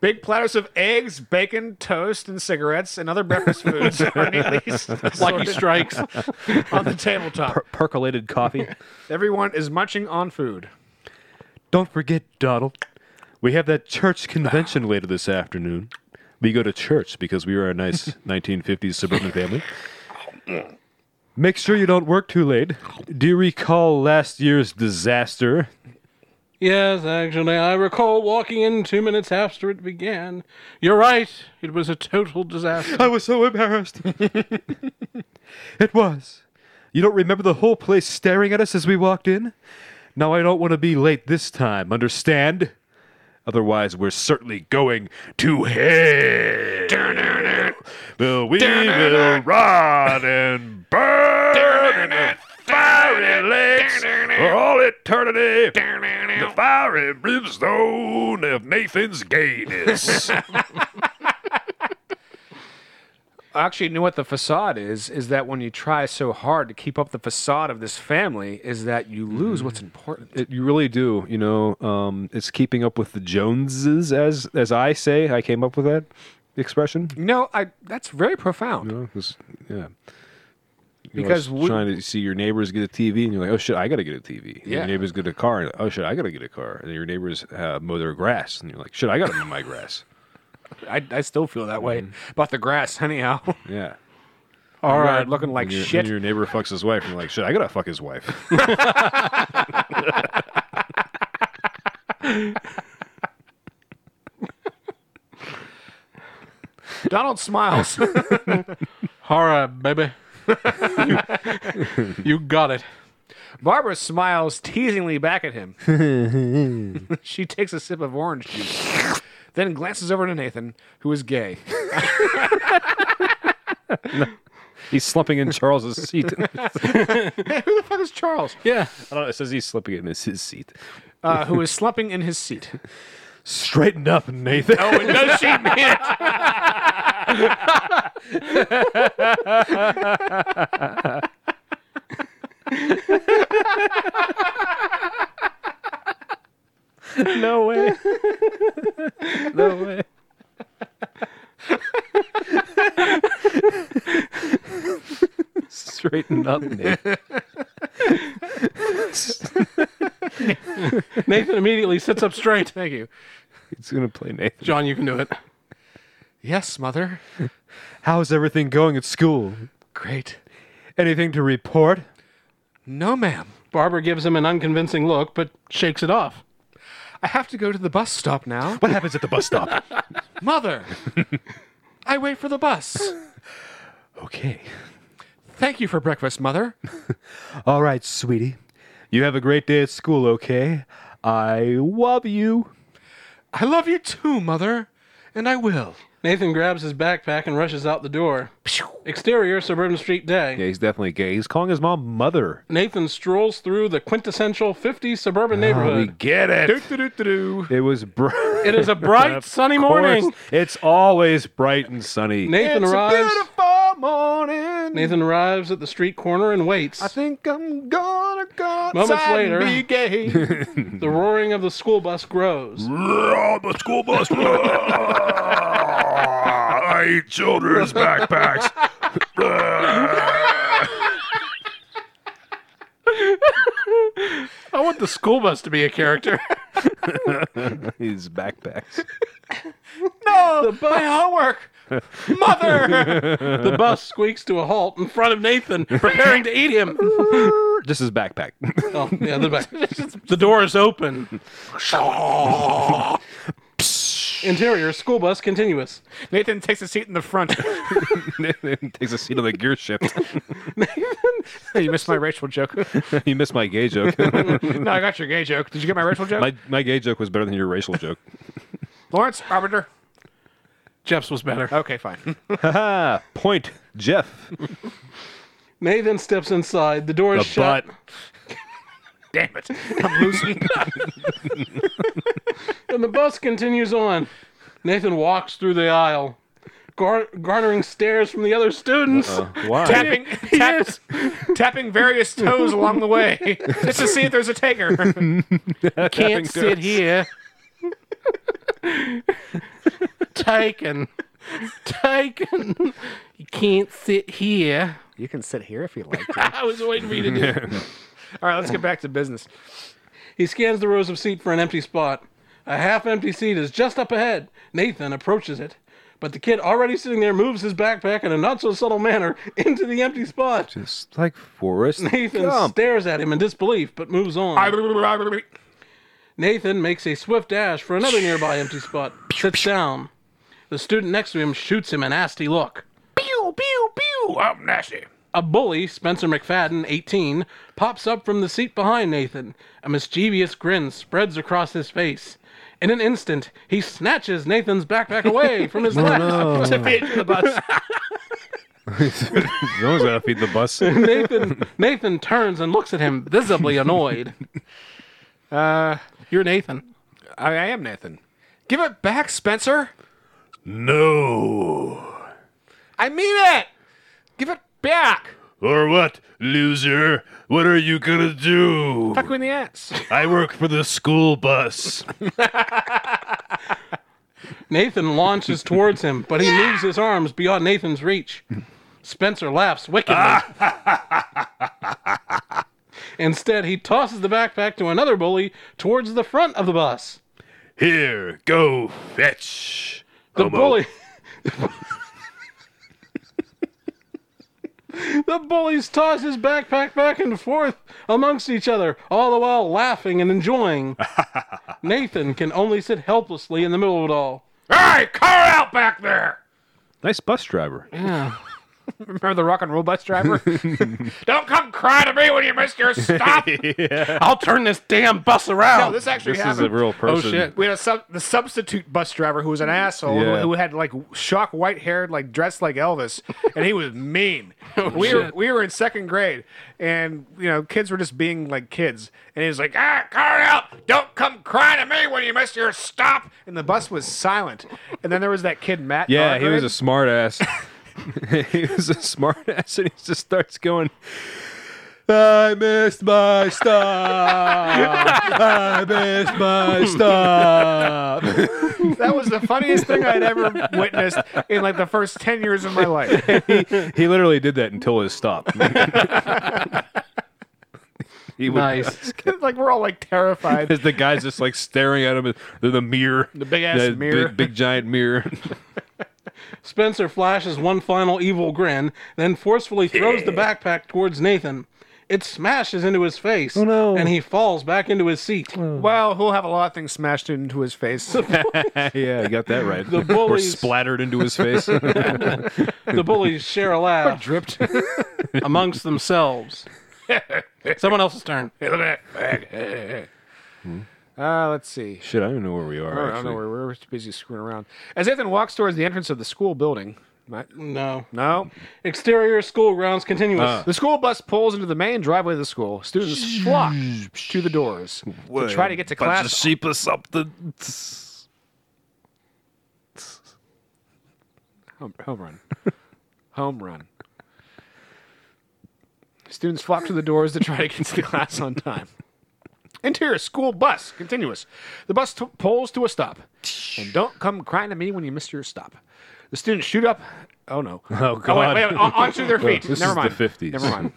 S3: Big platters of eggs, bacon, toast, and cigarettes and other
S2: [LAUGHS]
S3: breakfast foods are neatly s-
S2: Lucky
S3: sorted
S2: strikes.
S3: [LAUGHS] on the tabletop.
S1: Percolated coffee.
S3: Everyone is munching on food.
S1: Don't forget, Donald. We have that church convention later this afternoon. We go to church because we are a nice 1950s suburban family. Make sure you don't work too late. Do you recall last year's disaster?
S2: Yes, actually, I recall walking in two minutes after it began. You're right. It was a total disaster.
S1: [LAUGHS] I was so embarrassed. it was. You don't remember the whole place staring at us as we walked in? Now I don't want to be late this time, understand? Otherwise, we're certainly going to hell. Well, we will rot and burn in fiery lakes for all eternity. The fiery brimstone of Nathan's gayness.
S3: actually know what the facade is is that when you try so hard to keep up the facade of this family is that you lose what's important
S1: It, you really do. You know, um, it's keeping up with the Joneses, as as I say. I came up with that expression.
S3: no i that's very profound
S1: You know, 'cause- yeah. You know,
S3: Because
S1: it's
S3: we-
S1: trying to see your neighbors get a TV, and you're like, "Oh shit, I gotta get a TV." And
S3: Yeah.
S1: Your neighbors get a car, and oh shit, I gotta get a car. And your neighbors uh, mow their grass, and you're like, "Shit, I gotta mow my grass."
S3: I, I still feel that way about the grass [LAUGHS] anyhow
S1: Yeah.
S2: All
S3: Right,
S2: right.
S3: looking like
S1: And your, and
S3: shit
S1: your neighbor fucks his wife, and you're like, "Shit, I gotta fuck his wife."
S3: [LAUGHS]
S1: [LAUGHS]
S3: donald smiles [LAUGHS]
S2: All right, baby. you got it.
S3: barbara smiles teasingly back at him [LAUGHS] she takes a sip of orange juice then glances over to nathan who is gay [LAUGHS]
S1: he's slumping in Charles's seat. [LAUGHS] I
S3: who the fuck is charles
S2: Yeah.
S1: don't know, it says he's slumping in his, his seat.
S3: uh, who is slumping in his seat [LAUGHS]
S1: Straighten up, Nathan.
S3: oh and does she mean it
S1: no [LAUGHS] way. no way. Straighten up, Nick.
S2: Nathan immediately sits up straight.
S3: Thank you.
S1: It's gonna play Nathan.
S2: John, you can do it.
S3: Yes, mother.
S1: How's everything going at school?
S3: Great.
S1: Anything to report?
S3: No, ma'am.
S2: Barbara gives him an unconvincing look, but shakes it off.
S3: I have to go to the bus stop now.
S1: What happens at the bus stop?
S3: [LAUGHS] Mother! I wait for the bus.
S1: okay.
S3: Thank you for breakfast, mother.
S1: All right, sweetie. You have a great day at school, okay? I love you.
S3: I love you too, mother. And I will.
S2: Nathan grabs his backpack and rushes out the door. Exterior, suburban street day.
S1: Yeah, he's definitely gay. He's calling his mom mother.
S2: Nathan strolls through the quintessential 50s suburban
S1: Oh, we
S2: neighborhood.
S1: get it.
S3: Do-do-do-do-do.
S1: It was bright.
S2: It is a bright, sunny morning.
S1: It's always bright and sunny.
S2: Nathan
S3: It's a
S2: arrives.
S3: beautiful morning.
S2: Nathan arrives at the street corner and
S3: I
S2: waits.
S3: think I'm gonna go
S2: Moments
S3: outside and
S2: later. [LAUGHS]
S3: be gay.
S2: The roaring of the school bus grows.
S1: the school [LAUGHS] bus. I eat children's backpacks.
S2: I want the school bus to be a character.
S1: His backpacks.
S3: no, my homework. Mother!
S2: the bus squeaks to a halt in front of Nathan, preparing to eat
S3: [LAUGHS]
S2: him.
S1: Just his [LAUGHS] backpack.
S2: Oh, yeah, the, back. the door is open. Interior school bus continuous.
S3: Nathan takes a seat in the front.
S1: Takes a seat on the gear shift.
S3: you missed my racial joke.
S1: you missed my gay joke.
S3: [LAUGHS]
S1: [LAUGHS]
S3: No, I got your gay joke. Did you get my racial joke?
S1: my, my gay joke was better than your racial joke.
S3: Lawrence, arbiter.
S2: Jeff's was better.
S3: Okay, fine.
S1: Haha. Point, Jeff.
S2: Nathan steps inside. The door is
S1: The
S2: shut.
S1: butt.
S3: Damn it. [LAUGHS] I'm losing.
S2: And the bus continues on. Nathan walks through the aisle, gar- garnering stares from the other students.
S1: Why?
S3: tapping, tap, tapping various toes along the way just to see if there's a taker.
S2: Can't sit here. [LAUGHS] Taken. Taken. You can't sit here.
S3: You can sit here if
S2: [LAUGHS]
S3: you like.
S2: I was waiting for you to do it.
S3: All right, let's get back to business.
S2: He scans the rows of seats for an empty spot. A half empty seat is just up ahead. Nathan approaches it. But the kid already sitting there moves his backpack in a not so subtle manner [LAUGHS] into the empty spot.
S1: It's like Forrest
S2: Nathan
S1: Gump.
S2: stares at him in disbelief, but moves on. Nathan makes a swift dash for another nearby empty spot, sits down. The student next to him shoots him a nasty look.
S3: Pew, pew, pew. I'm nasty.
S2: A bully, Spencer McFadden, 18, pops up from the seat behind Nathan. A mischievous grin spreads across his face. In an instant, he snatches Nathan's backpack
S3: [LAUGHS]
S2: away from
S3: Oh,
S2: his lap to feed to the bus.
S1: Someone's gotta feed the bus.
S2: Nathan, Nathan turns and looks at him, visibly annoyed.
S3: [LAUGHS] Uh,
S2: You're Nathan.
S3: I, I am Nathan. Give it back, Spencer.
S1: no.
S3: I mean it. Give it back.
S1: Or what, loser? What are you gonna do?
S3: Fuck you in the ass.
S1: I work for the school bus.
S2: Nathan launches towards him, but he moves his arms beyond Nathan's reach. Spencer
S1: [LAUGHS]
S2: laughs wickedly. Instead, he tosses the backpack to another bully towards the front of the bus.
S1: Here, go fetch.
S2: The bully. [LAUGHS] the bullies toss his backpack back and forth amongst each other, all the while laughing
S1: [LAUGHS]
S2: and enjoying. Nathan can only sit helplessly in the middle of it all.
S3: All right, car out back there.
S1: Nice bus driver.
S2: Yeah.
S3: Remember the rock and roll
S1: [LAUGHS]
S3: bus driver? Don't come cry to me when you miss
S1: [LAUGHS]
S3: your stop.
S2: I'll turn this damn bus around.
S3: no, this actually
S1: This is
S3: happened.
S1: a real person.
S2: shit.
S3: we had a sub- the substitute bus driver who was an asshole
S1: Yeah.
S3: who, who had like shock white hair, like dressed like Elvis, and he
S1: [LAUGHS]
S3: was mean.
S1: Oh,
S3: we were
S2: shit.
S3: we were in second grade, and you know kids were just being like kids, and he was like, "Ah, car out! Don't come crying to me when you miss your stop." And the bus was silent, and then there was that kid Matt. in
S1: Yeah,
S3: our
S1: he was a
S3: grade.
S1: smart ass. [LAUGHS] he was a smart ass, and he just starts going. I missed my stop. I missed my stop.
S3: that was the funniest thing
S1: [LAUGHS]
S3: I'd ever witnessed in like the first ten years of my life.
S1: He literally did that until his stop. he would,
S2: nice.
S3: like we're all like
S1: [LAUGHS]
S3: terrified.
S1: As [LAUGHS] the guy's just like staring at him through the mirror, the
S3: big-ass mirror.
S1: big, big giant mirror.
S2: Spencer flashes one final evil grin, then forcefully throws the backpack towards Nathan. It smashes into his face,
S1: no.
S2: and he falls back into his seat.
S3: Well, he'll have a lot of things smashed into
S1: [LAUGHS]
S3: his
S1: [LAUGHS]
S3: face.
S1: yeah, I got that right.
S2: The
S1: or
S2: bullies-
S1: splattered into his face.
S2: The bullies share a laugh
S3: Dripped.
S2: amongst themselves. Someone else's turn.
S3: Uh, let's see.
S1: Shit, I don't even know where we are.
S3: I don't know. We're, we're too busy screwing around. As Ethan walks towards the entrance of the school building, my-
S2: No.
S3: no,
S2: Exterior school grounds continuous.
S3: the school bus pulls into the main driveway of the school. Students flock to the doors to try to get to class.
S1: sheep or something.
S3: Home, home run. home run. Students flock to the doors to try to get to class on time. Interior school bus continuous. The bus t- pulls to a stop. And don't come crying to me when you miss your stop. The students shoot up. Oh no!
S1: Oh,
S3: Oh, wait,
S1: God.
S3: wait, wait, on- onto
S1: [LAUGHS]
S3: their feet.
S1: This
S3: Never
S1: is the
S3: mind.
S1: 50s.
S3: Never mind.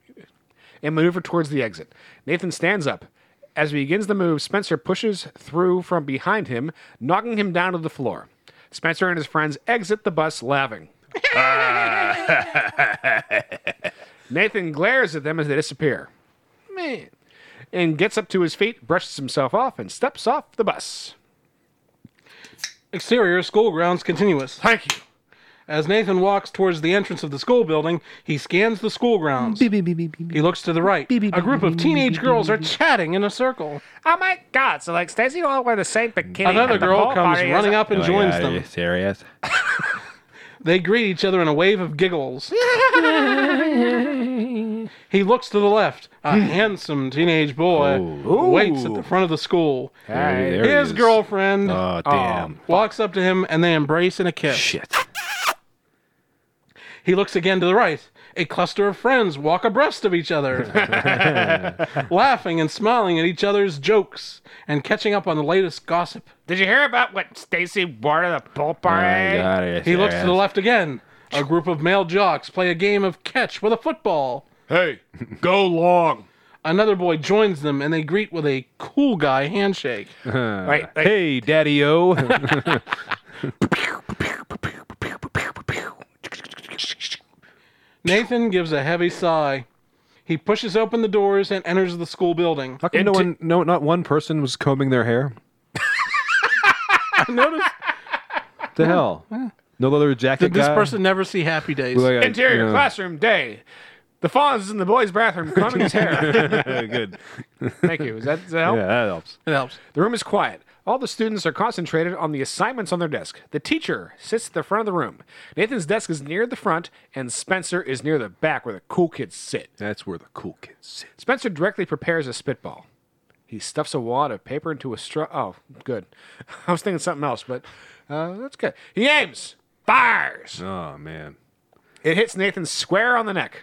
S3: [LAUGHS] and maneuver towards the exit. Nathan stands up. As he begins the move, Spencer pushes through from behind him, knocking him down to the floor. Spencer and his friends exit the bus, laughing. Nathan glares at them as they disappear. Man. And gets up to his feet, brushes himself off, and steps off the bus.
S2: Exterior school grounds continuous.
S3: Thank you.
S2: As Nathan walks towards the entrance of the school building, he scans the school grounds. He looks to the right. A group of teenage girls are chatting in a circle.
S3: Oh my God! So like Stacy all wear the same bikini.
S2: Another
S3: at the
S2: girl
S3: ball
S2: comes
S3: party,
S2: running
S3: isn't-
S2: up and
S1: Oh,
S2: joins them.
S1: serious?
S2: They greet each other in a wave of
S3: [LAUGHS]
S2: giggles. he looks to the left.
S3: [LAUGHS]
S2: A handsome teenage boy waits at the front of the school.
S3: Hey.
S1: There he
S2: His
S1: is.
S2: girlfriend uh,
S1: Oh damn!
S2: walks up to him and they embrace in a kiss.
S1: Shit!
S2: He looks again to the right. A cluster of friends walk abreast of
S1: [LAUGHS]
S2: each other, laughing and smiling at each other's jokes and catching up on the latest gossip.
S3: Did you hear about what Stacy wore to the
S1: Oh
S3: pool party?
S2: He looks to the left again. A group of male jocks play a game of catch with a football.
S3: Hey, go long.
S2: Another boy joins them and they greet with a cool guy handshake.
S3: Wait, wait.
S1: Uh, Hey, Daddy O.
S2: Nathan gives a heavy sigh. He pushes open the doors and enters the school building.
S1: How come no one, no, not one person was combing their hair?
S2: I [LAUGHS] noticed
S1: The hell! No leather jacket
S2: did this
S1: guy?
S2: person never see happy days?
S1: Like,
S2: [LAUGHS]
S1: I-
S3: Interior
S1: yeah.
S3: classroom day. The fawn is in the boys' bathroom
S1: [LAUGHS]
S3: combing his hair.
S1: Good.
S3: Thank you. Is that, does that help?
S1: Yeah, that helps.
S2: It helps.
S3: The room is quiet. All the students are concentrated on the assignments on their desk. The teacher sits at the front of the room. Nathan's desk is near the front, and Spencer is near the back where the cool kids sit.
S1: That's where the cool kids sit.
S3: Spencer directly prepares a spitball. He stuffs a wad of paper into a straw. Oh, good. [LAUGHS] I was thinking something else, but uh, that's good. He aims, fires.
S1: Oh man!
S3: It hits Nathan square on the neck.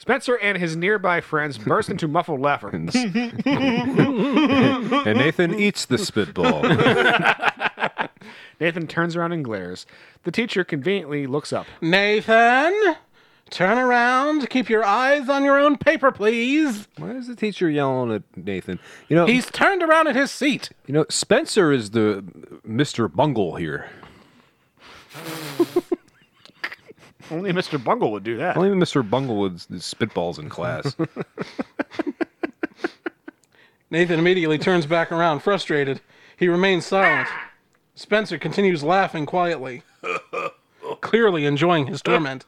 S3: Spencer and his nearby friends burst into
S1: [LAUGHS]
S3: muffled laughter.
S1: and Nathan eats the spitball.
S2: [LAUGHS]
S3: Nathan turns around and glares. The teacher conveniently looks up.
S2: Nathan, turn around. Keep your eyes on your own paper, please.
S1: Why is the teacher yelling at Nathan? You know,
S2: He's turned around in his seat.
S1: you know, Spencer is the Mr. Bungle here.
S3: Only Mr. Bungle would do that.
S1: Only Mr. Bungle would s- spitballs in
S2: [LAUGHS]
S1: class.
S2: Nathan immediately turns back around, frustrated. He remains silent. Spencer continues laughing quietly. clearly enjoying his
S1: [LAUGHS]
S2: torment.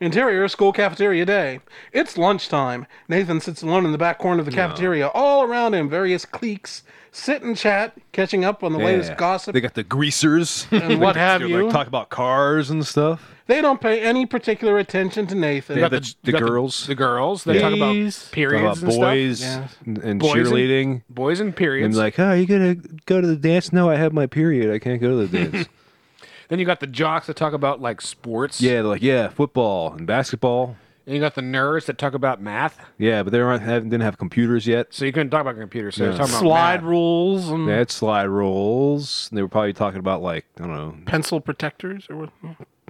S2: Interior school cafeteria day. It's lunchtime. Nathan sits alone in the back corner of the cafeteria. All around him, various cliques sit and chat, catching up on the latest gossip
S1: They got the greasers
S2: and [LAUGHS] what have
S1: They,
S2: you.
S1: Like, talk about cars and stuff.
S2: They don't pay any particular attention to Nathan.
S1: Yeah,
S3: got
S1: the-
S3: you got
S1: girls.
S3: The, girls. They talk about
S2: These-
S1: Talk
S3: periods
S1: about
S3: and stuff.
S1: boys
S2: Yeah.
S1: and, and
S3: Boys and-
S1: cheerleading.
S3: Boys and
S1: And
S3: periods.
S1: like, oh, you gonna go to the dance? No, I have my period. I can't go to the
S3: [LAUGHS]
S1: dance.
S3: then you got the jocks that talk about like sports.
S1: yeah, they're like, yeah, football and basketball.
S3: And you got the nerds that talk about math.
S1: Yeah, but they weren't, haven't, didn't have computers yet.
S3: So you couldn't talk about computers. So you're
S1: No.
S3: talking about
S2: slide
S3: math.
S2: rules and
S1: They had slide rules. and They were probably talking about like I don't know,
S2: pencil protectors or what?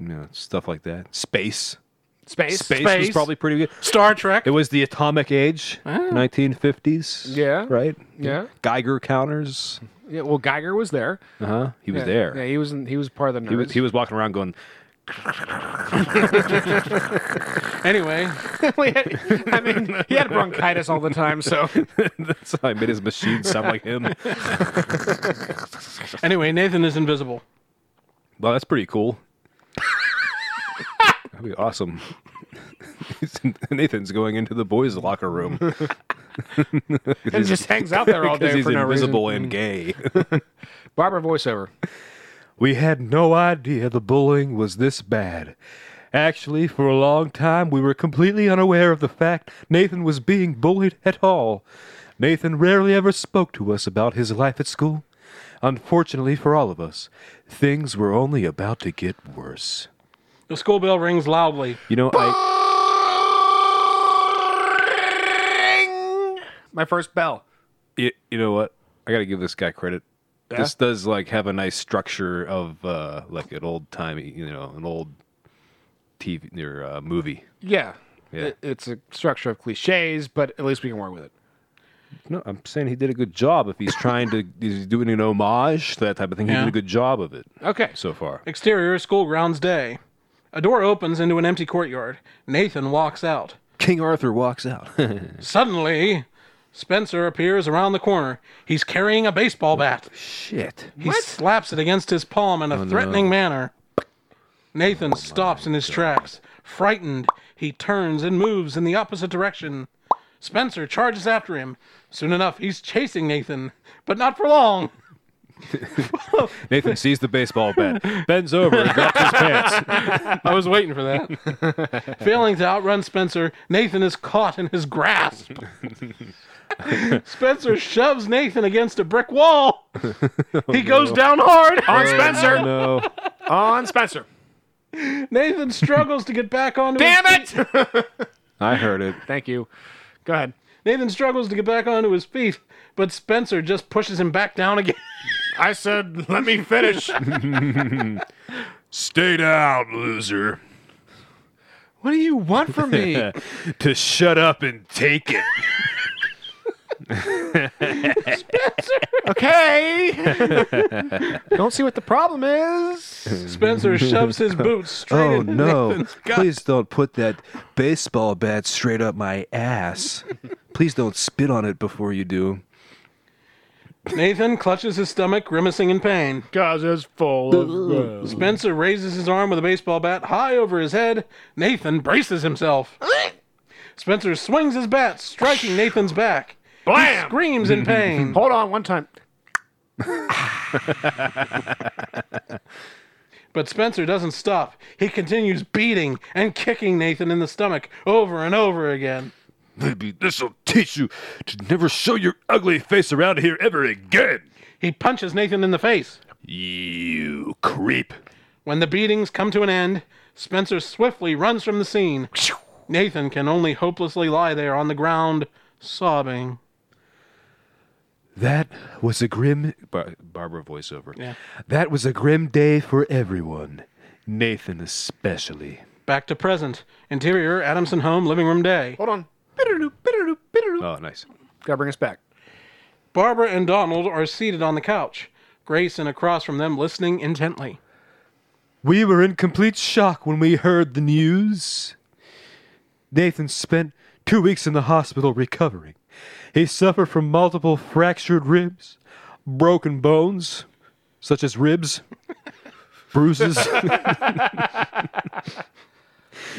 S1: you know stuff like that. Space.
S3: Space. Ah.
S1: was
S2: Space.
S1: probably pretty good.
S2: Star Trek.
S1: It was the atomic age, 1950s.
S3: Yeah.
S1: Right?
S3: Yeah.
S1: Geiger counters.
S3: Yeah, well, Geiger was there.
S1: Uh huh. He was
S3: yeah,
S1: there.
S3: Yeah, he was. In, he was part of the nerds.
S1: he,
S3: [LAUGHS]
S1: was, he was walking around going, [LAUGHS]
S2: anyway,
S3: I mean, he had bronchitis all the time.
S1: [LAUGHS]
S3: So
S1: that's how I made his machine sound like
S3: [LAUGHS]
S1: him.
S2: anyway, Nathan is invisible.
S1: Well, that's pretty cool. [LAUGHS] That'd be awesome. [LAUGHS] Nathan's going into the boys' locker room [LAUGHS]
S3: he just hangs out there all
S1: because
S3: day
S1: he's
S3: for no
S1: invisible
S3: reason.
S1: and gay. [LAUGHS]
S3: Barbara voiceover.
S1: We had no idea the bullying was this bad. Actually, for a long time, we were completely unaware of the fact Nathan was being bullied at all. Nathan rarely ever spoke to us about his life at school. Unfortunately for all of us, things were only about to get worse.
S2: The school bell rings loudly.
S1: You know, I,
S3: My first bell.
S1: you, you know what? I gotta give this guy credit. This does like have a nice structure of uh, like an old timey, you know, an old TV or uh, movie.
S3: Yeah.
S1: Yeah.
S3: It- it's a structure of cliches, but at least we can work with it.
S1: No, I'm saying he did a good job. If he's trying to, [LAUGHS] he's doing an homage, that type of thing. He
S2: Yeah.
S1: did a good job of it
S3: Okay.
S1: so far.
S2: Exterior school grounds day. A door opens into an empty courtyard. Nathan walks out.
S1: King Arthur walks out.
S2: Suddenly, Spencer appears around the corner. He's carrying a baseball bat.
S1: [LAUGHS] Shit.
S2: He slaps it against his palm in a threatening manner. Nathan stops in his tracks. Frightened, he turns and moves in the opposite direction. Spencer charges after him. Soon enough, he's chasing Nathan, but not for long.
S1: Nathan sees the baseball bat, bends over, and drops his pants.
S2: I was waiting for that. Failing to outrun Spencer, Nathan is caught in his grasp. Spencer shoves Nathan against a brick wall. He goes down hard.
S3: On Spencer.
S1: No.
S3: On Spencer.
S2: Nathan struggles to get back onto his
S3: Damn it! [LAUGHS]
S1: I heard it.
S3: Thank you. Go ahead.
S2: Nathan struggles to get back onto his feet, but Spencer just pushes him back down again.
S3: I said, let me finish.
S1: Stay down, loser.
S3: what do you want from me?
S1: [LAUGHS] To shut up and take it.
S3: okay. Don't see what the problem is.
S2: Spencer shoves his boots straight
S1: Oh
S2: into
S1: no!
S2: Nathan's gut.
S1: Please don't put that baseball bat straight up my ass. Please don't spit on it before you do.
S2: Nathan clutches his stomach, grimacing in pain.
S3: Cause it's full of
S2: Spencer raises his arm with a baseball bat high over his head. Nathan braces himself. Spencer swings his bat, striking Nathan's back.
S3: blam.
S2: Screams in pain.
S3: [LAUGHS] Hold on, one time.
S2: But Spencer doesn't stop. He continues beating and kicking Nathan in the stomach over and over again.
S1: Maybe this'll teach you to never show your ugly face around here ever again.
S2: He punches Nathan in the face.
S1: You creep.
S2: When the beatings come to an end, Spencer swiftly runs from the scene. Nathan can only hopelessly lie there on the ground, sobbing.
S1: That was a grim Bar- Barbara voiceover.
S2: Yeah.
S1: That was a grim day for everyone, Nathan especially.
S2: Back to present. Interior, Adamson home, living room day.
S3: Hold on. Bitter-doop, bitter-doop, bitter-doop.
S1: Oh, nice.
S3: Gotta bring us back.
S2: Barbara and Donald are seated on the couch. Grayson across from them, listening intently.
S1: We were in complete shock when we heard the news. Nathan spent two weeks in the hospital recovering. He suffered from multiple fractured ribs, broken bones, such as ribs, [LAUGHS] bruises. [LAUGHS]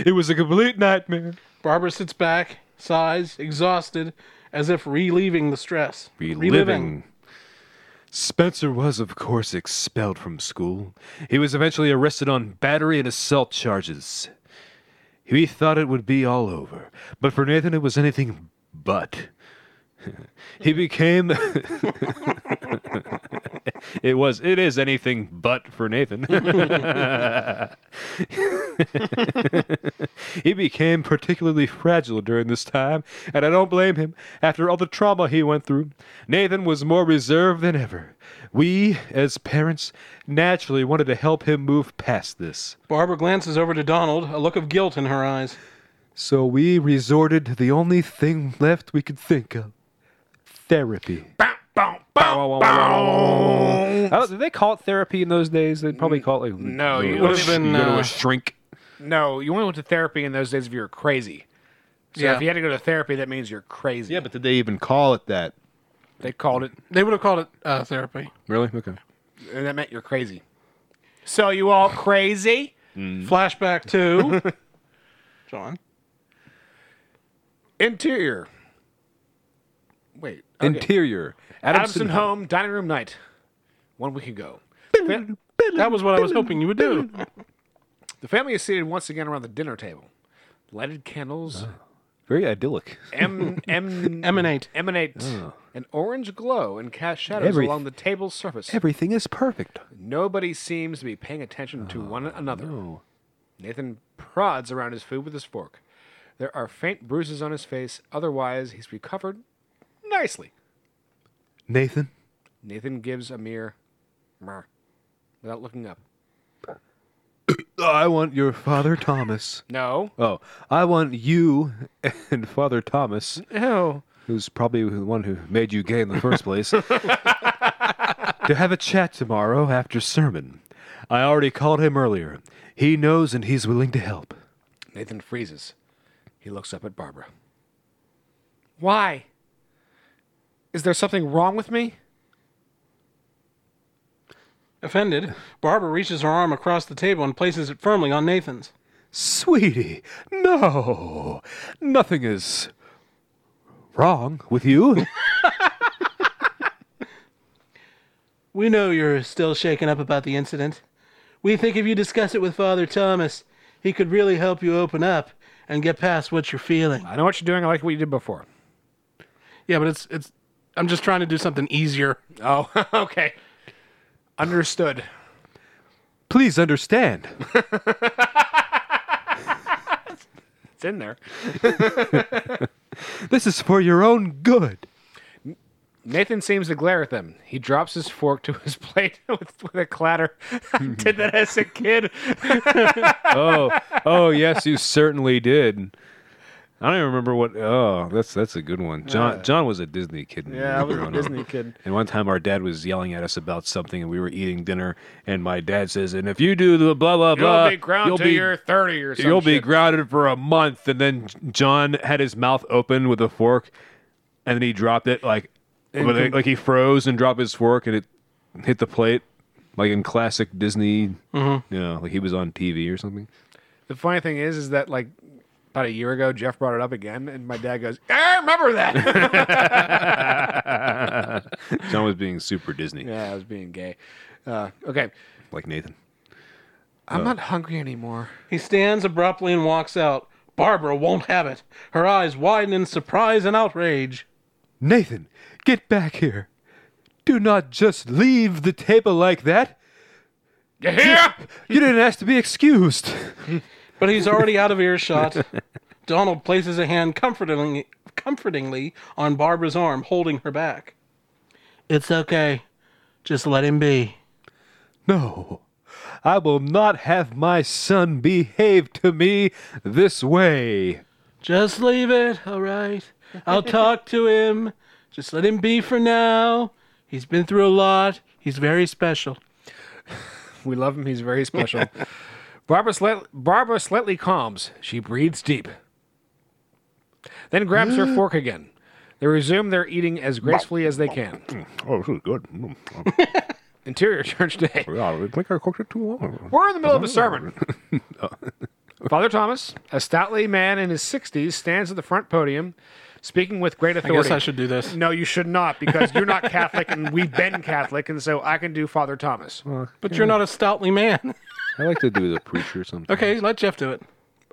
S1: it was a complete nightmare.
S2: Barbara sits back, sighs, exhausted, as if relieving the stress.
S1: reliving. Spencer was, of course, expelled from school. He was eventually arrested on battery and assault charges. He thought it would be all over, but for Nathan, it was anything but. [LAUGHS] he became. [LAUGHS] it was. It is anything but for Nathan. [LAUGHS] he became particularly fragile during this time, and I don't blame him. After all the trauma he went through, Nathan was more reserved than ever. We, as parents, naturally wanted to help him move past this.
S2: Barbara glances over to Donald, a look of guilt in her eyes.
S1: So we resorted to the only thing left we could think of therapy. I don't- Did Oh, they call it therapy in those days? They'd probably call it like,
S3: No, you
S1: you
S3: would
S1: go
S2: would've
S1: to a-
S2: been,
S1: you go to
S2: uh,
S1: a shrink.
S3: No, you only went to therapy in those days if you were crazy. So
S2: Yeah.
S3: if you had to go to therapy, that means you're crazy.
S6: Yeah, but did they even call it that?
S3: they called it,
S2: They would have called it uh, therapy.
S1: Really? Okay.
S3: and that meant you're crazy. So you all crazy?
S2: Flashback to John.
S3: Interior. Wait. Okay.
S1: Interior.
S3: Adamson home dining room night. One week ago. Fa-
S2: That was what I was hoping you would do.
S3: The family is seated once again around the dinner table. Lighted candles
S1: Very idyllic.
S3: em, em,
S2: Emanate.
S3: emanate an orange glow and cast shadows
S1: Every-
S3: along the table's surface.
S1: Everything is perfect.
S3: Nobody seems to be paying attention to one another. Nathan prods around his food with his fork. There are faint bruises on his face. Otherwise, he's recovered nicely.
S1: Nathan,
S3: Nathan gives a mere "Mer," without looking up.
S1: I want your father Thomas.
S3: No.
S1: Oh, I want you [LAUGHS] and Father Thomas,
S3: No.
S1: who's probably the one who made you gay in the first place, to have a chat tomorrow after sermon. I already called him earlier. He knows and he's willing to help.
S3: Nathan freezes. He looks up at Barbara. Why? Is there something wrong with me?
S2: Offended, Barbara reaches her arm across the table and places it firmly on Nathan's.
S1: Sweetie, no. Nothing is wrong with you. [LAUGHS]
S2: We know you're still shaken up about the incident. We think if you discuss it with Father Thomas, he could really help you open up and get past what you're feeling.
S3: I know what you're doing. I like what you did before.
S2: Yeah, but it's it's. I'm just trying to do something easier.
S3: Oh, [LAUGHS] okay. Understood.
S1: Please understand.
S3: [LAUGHS] It's in there.
S1: This is for your own good.
S3: Nathan seems to glare at them. He drops his fork to his [LAUGHS] plate with, with a clatter. [LAUGHS] I did that as
S1: [LAUGHS]
S3: a kid.
S1: oh yes, you certainly did. I don't even remember what. Oh, that's that's a good one. John John was a Disney kid. when we
S3: Yeah, I
S1: were
S3: was a
S1: growing up.
S3: Disney kid.
S1: And one time our dad was yelling at us about something, and we were eating dinner, and my dad says, "And if you do the blah blah
S3: You'll
S1: blah,
S3: be ground
S1: Uh, you'll
S3: to
S1: be-
S3: your 30 or something.
S1: You'll be grounded for a month." And then John had his mouth open with a fork, and then he dropped it like, with a- like he froze and dropped his fork, and it hit the plate, like in classic Disney.
S3: Mm-hmm.
S1: You know, like he was on TV or something.
S3: The funny thing is, is that like about a year ago, Jeff brought it up again, and my dad goes, I
S1: [LAUGHS]
S3: remember that. [LAUGHS]
S1: John was being super Disney,
S3: yeah, I was being gay. Uh, okay.
S1: like Nathan. Uh.
S3: I'm not
S1: [LAUGHS]
S3: hungry anymore.
S2: He stands abruptly and walks out. Barbara won't have it. Her eyes widen in surprise and outrage.
S1: Nathan, get back here. Do not just leave the table like that.
S3: You hear?
S1: You didn't ask to be excused.
S2: But he's already out of [LAUGHS] earshot. Donald places a hand comfortingly, comfortingly on Barbara's arm, holding her back. It's okay. Just let him be.
S1: No, I will not have my son behave to me this way.
S2: Just leave it, all right? I'll talk to him. Just let him be for now. He's been through a lot. He's very special.
S3: We love him.
S2: [LAUGHS]
S3: He's very special. Barbara, slight, Barbara slightly calms. She breathes deep. Then grabs
S2: Mm.
S3: her fork again.
S2: [COUGHS]
S3: They resume their eating as gracefully as they can.
S1: Mm, [LAUGHS] Oh, this is good.
S3: Interior Church Day.
S1: God, I think I cooked it too long.
S3: We're in the middle of
S2: [LAUGHS]
S3: a sermon. Father Thomas, a stoutly man in his 60s, stands at the front podium speaking with great
S2: I guess
S3: authority.
S2: I should do this.
S3: No, you should not because
S2: [LAUGHS]
S3: you're not Catholic and we've been Catholic, and so I can do Father Thomas.
S2: But you're not a stoutly man. [LAUGHS]
S1: I like to do the preacher sometimes.
S2: okay, let Jeff do it.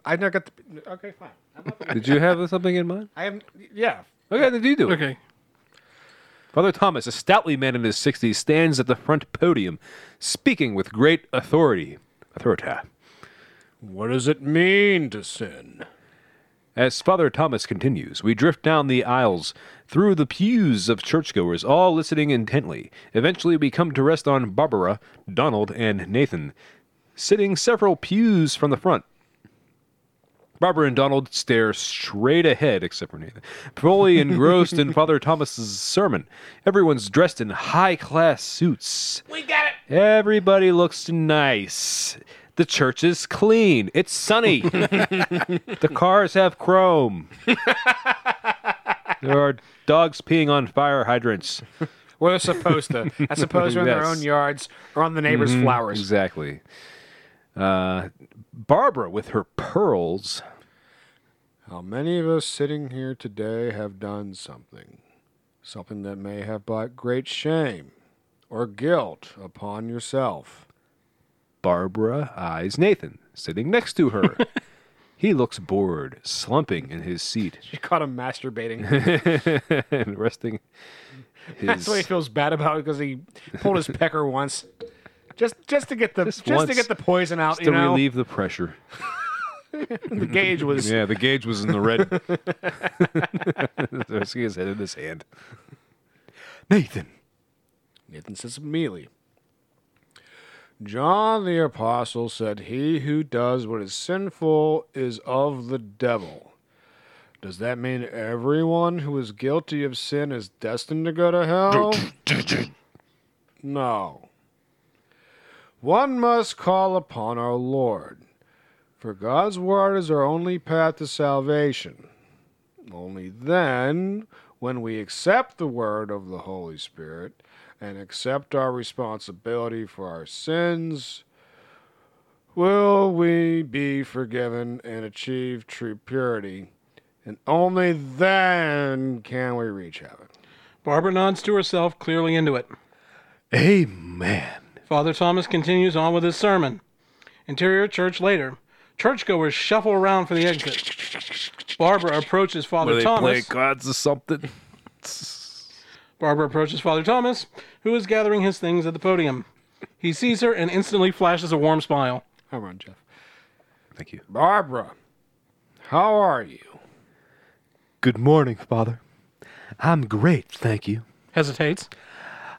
S3: I not got the. Okay, fine. I'm not,
S1: Did you have something in mind?
S3: I am. Yeah.
S1: Okay, then you do it.
S2: Okay.
S1: Father Thomas, a stoutly man in his 60s, stands at the front podium, speaking with great authority. Authority.
S3: What does it mean to sin?
S1: As Father Thomas continues, we drift down the aisles, through the pews of churchgoers, all listening intently. Eventually, we come to rest on Barbara, Donald, and Nathan, sitting several pews from the front. Barbara and Donald stare straight ahead, except for Nathan, fully engrossed in Father Thomas's sermon. Everyone's dressed in high class suits. We got it! Everybody looks nice. The church is clean. It's sunny. The cars have chrome. there are dogs peeing on fire hydrants.
S3: Well, they're supposed [LAUGHS] to. I suppose they're in their
S1: Yes.
S3: own yards or on the neighbor's flowers.
S1: Exactly. Uh, Barbara with her pearls.
S3: How many of us sitting here today have done something? Something that may have brought great shame or guilt upon yourself.
S1: Barbara eyes Nathan sitting next to [LAUGHS] her. he looks bored, slumping in his seat
S3: [LAUGHS]
S1: [LAUGHS]
S3: She caught him masturbating.
S1: and resting
S3: That's what he
S1: his.
S3: feels bad about because he pulled [LAUGHS] his pecker once. Just just to get the just, to
S1: once.
S3: get the poison out,
S1: To
S3: you know.
S1: relieve the pressure.
S3: The gauge was
S1: Yeah, the gauge was in the [LAUGHS] red. so I see his head in his hand. Nathan.
S3: Nathan says immediately. John the Apostle said, He who does what is sinful is of the devil. Does that mean everyone who is guilty of sin is destined to go to hell? no. One must call upon our Lord, for God's word is our only path to salvation. Only then, when we accept the word of the Holy Spirit and accept our responsibility for our sins, will we be forgiven and achieve true purity. And only then can we reach heaven.
S2: Barbara nods to herself, clearly into it.
S1: Amen.
S2: Father Thomas continues on with his sermon. Interior church later. Churchgoers shuffle around for the exit. Barbara approaches Father Thomas.
S1: cards or something?
S2: Barbara approaches Father Thomas, who is gathering his things at the podium. He sees her and instantly flashes a warm smile.
S3: Come on, Jeff.
S1: Thank you.
S3: Barbara, how are you?
S1: Good morning, Father. I'm great, thank you.
S2: Hesitates.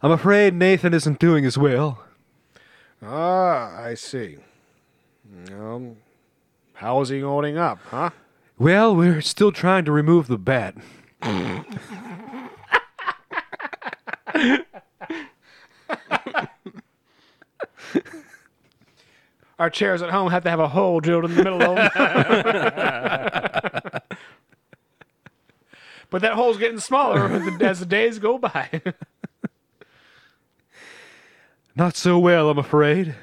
S1: I'm afraid Nathan isn't doing as well.
S3: Ah, I see. Um, how is he holding up, huh?
S1: Well, we're still trying to remove the bat.
S3: Our chairs at home have to have a hole drilled in the middle of them. [LAUGHS] but that hole's getting smaller as the- as the days go by. [LAUGHS]
S1: Not so well, I'm afraid.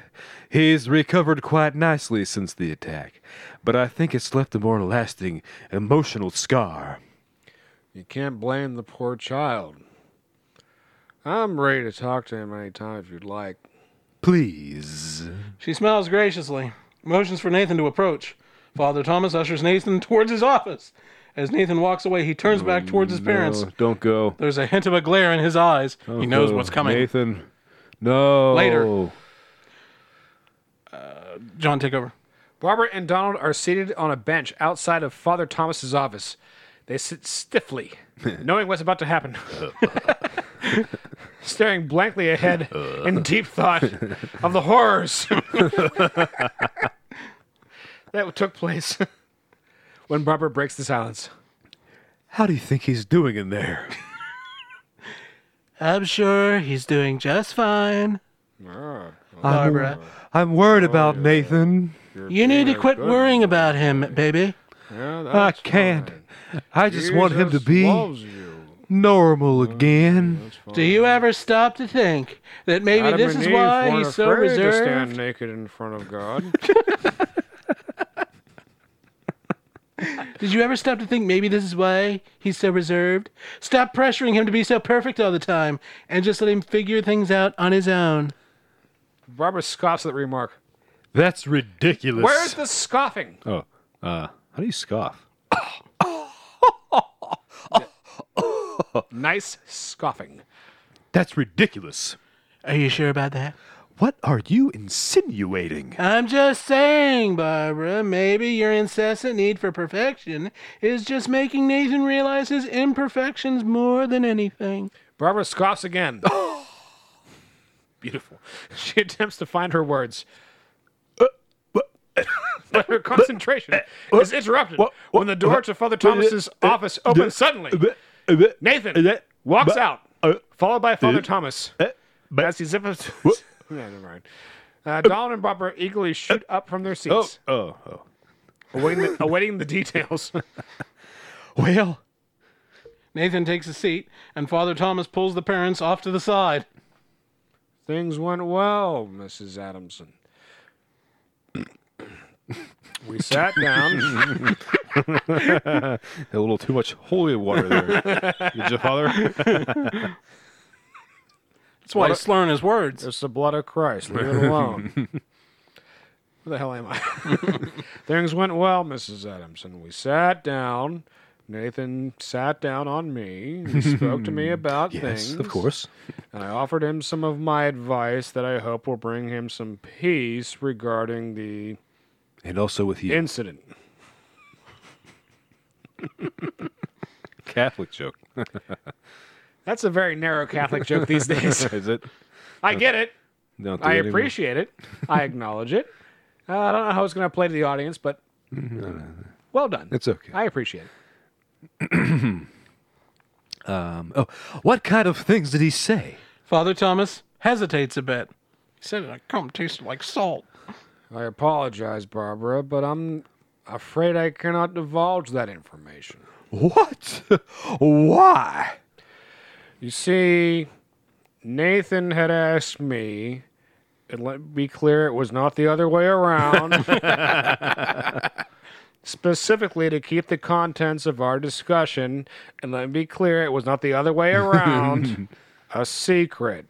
S1: He's recovered quite nicely since the attack, but I think it's left a more lasting emotional scar.
S3: You can't blame the poor child. I'm ready to talk to him anytime if you'd like.
S1: Please.
S2: She smiles graciously, motions for Nathan to approach. Father Thomas ushers Nathan towards his office. As Nathan walks away, he turns
S3: Oh,
S2: back towards his parents.
S1: No, don't go.
S2: There's a hint of a glare in his eyes.
S3: Oh,
S2: he knows
S1: Go.
S2: what's coming.
S1: Nathan. No.
S2: Later. John, take over.
S3: Barbara and Donald are seated on a bench outside of Father Thomas's office. They
S1: [LAUGHS]
S3: sit stiffly, knowing what's about to happen, [LAUGHS] staring blankly ahead in deep thought of the horrors [LAUGHS] that took place [LAUGHS] when Barbara breaks the silence.
S1: How do you think he's doing in [LAUGHS] there?
S2: I'm sure he's doing just fine.
S3: Ah,
S2: Barbara,
S1: I'm worried about Nathan.
S2: you need to quit worrying about him, baby.
S1: I can't. I just want him to be
S2: normal
S1: Oh,
S2: again. Do you ever stop to think that maybe
S3: Adam
S2: this
S3: and
S2: is
S3: Eve
S2: why
S3: weren't
S2: he's so
S3: afraid to
S2: reserved?
S3: stand naked in front of
S2: [LAUGHS]
S3: God.
S2: Did you ever stop to think maybe this is why he's so reserved? Stop pressuring him to be so perfect all the time and just let him figure things out on his own.
S3: Barbara scoffs at the remark.
S1: That's ridiculous.
S3: Where's the scoffing?
S1: Oh, uh, how do you scoff?
S3: Nice scoffing.
S1: That's ridiculous.
S2: Are you sure about that?
S1: What are you insinuating?
S2: I'm just saying, Barbara, maybe your incessant need for perfection is just making Nathan realize his imperfections more than anything.
S3: Barbara
S1: [LAUGHS]
S3: scoffs again. Beautiful. She attempts to find
S1: [LAUGHS]
S3: her words. But her concentration is interrupted when the door to Father Thomas's office opens suddenly. Nathan walks out, followed by Father Thomas. As he zips. [LAUGHS] Yeah, never mind. Uh, Donald and Barbara eagerly shoot up from their
S1: Oh,
S3: seats,
S1: oh, oh.
S3: awaiting, the, awaiting the details. [LAUGHS]
S1: Well,
S2: Nathan takes a seat, and Father Thomas pulls the parents off to the side.
S3: Things went well, Mrs. Adamson. we sat down. [LAUGHS]
S1: a little too much holy water [LAUGHS] there. Did your father?
S2: That's why he's slurring his words.
S3: It's the blood of Christ. Leave it alone. [LAUGHS] Where the hell am I? [LAUGHS] Things went well, Mrs. Adamson. We sat down. Nathan sat down on me. He spoke to [LAUGHS] me about things.
S1: of course.
S3: And I offered him some of my advice that I hope will bring him some peace regarding the
S1: And also with you.
S3: incident.
S1: Catholic [LAUGHS] joke.
S3: That's a very narrow Catholic joke these [LAUGHS] days.
S1: Is it?
S3: I get it.
S1: Don't do it
S3: I
S1: anymore.
S3: appreciate it.
S1: [LAUGHS]
S3: I acknowledge it. Uh, I don't know how it's going to play to the audience, but well done.
S1: It's okay.
S3: I appreciate it.
S1: Oh, what kind of things did he say?
S2: Father Thomas hesitates a bit. He said it come tasted like salt.
S3: I apologize, Barbara, but I'm afraid I cannot divulge that information.
S1: What? [LAUGHS] Why?
S3: You see, Nathan had asked me, and let me be clear, it was not the other way around, specifically to keep the contents of our discussion, and let me be clear, it was not the other way around, a secret.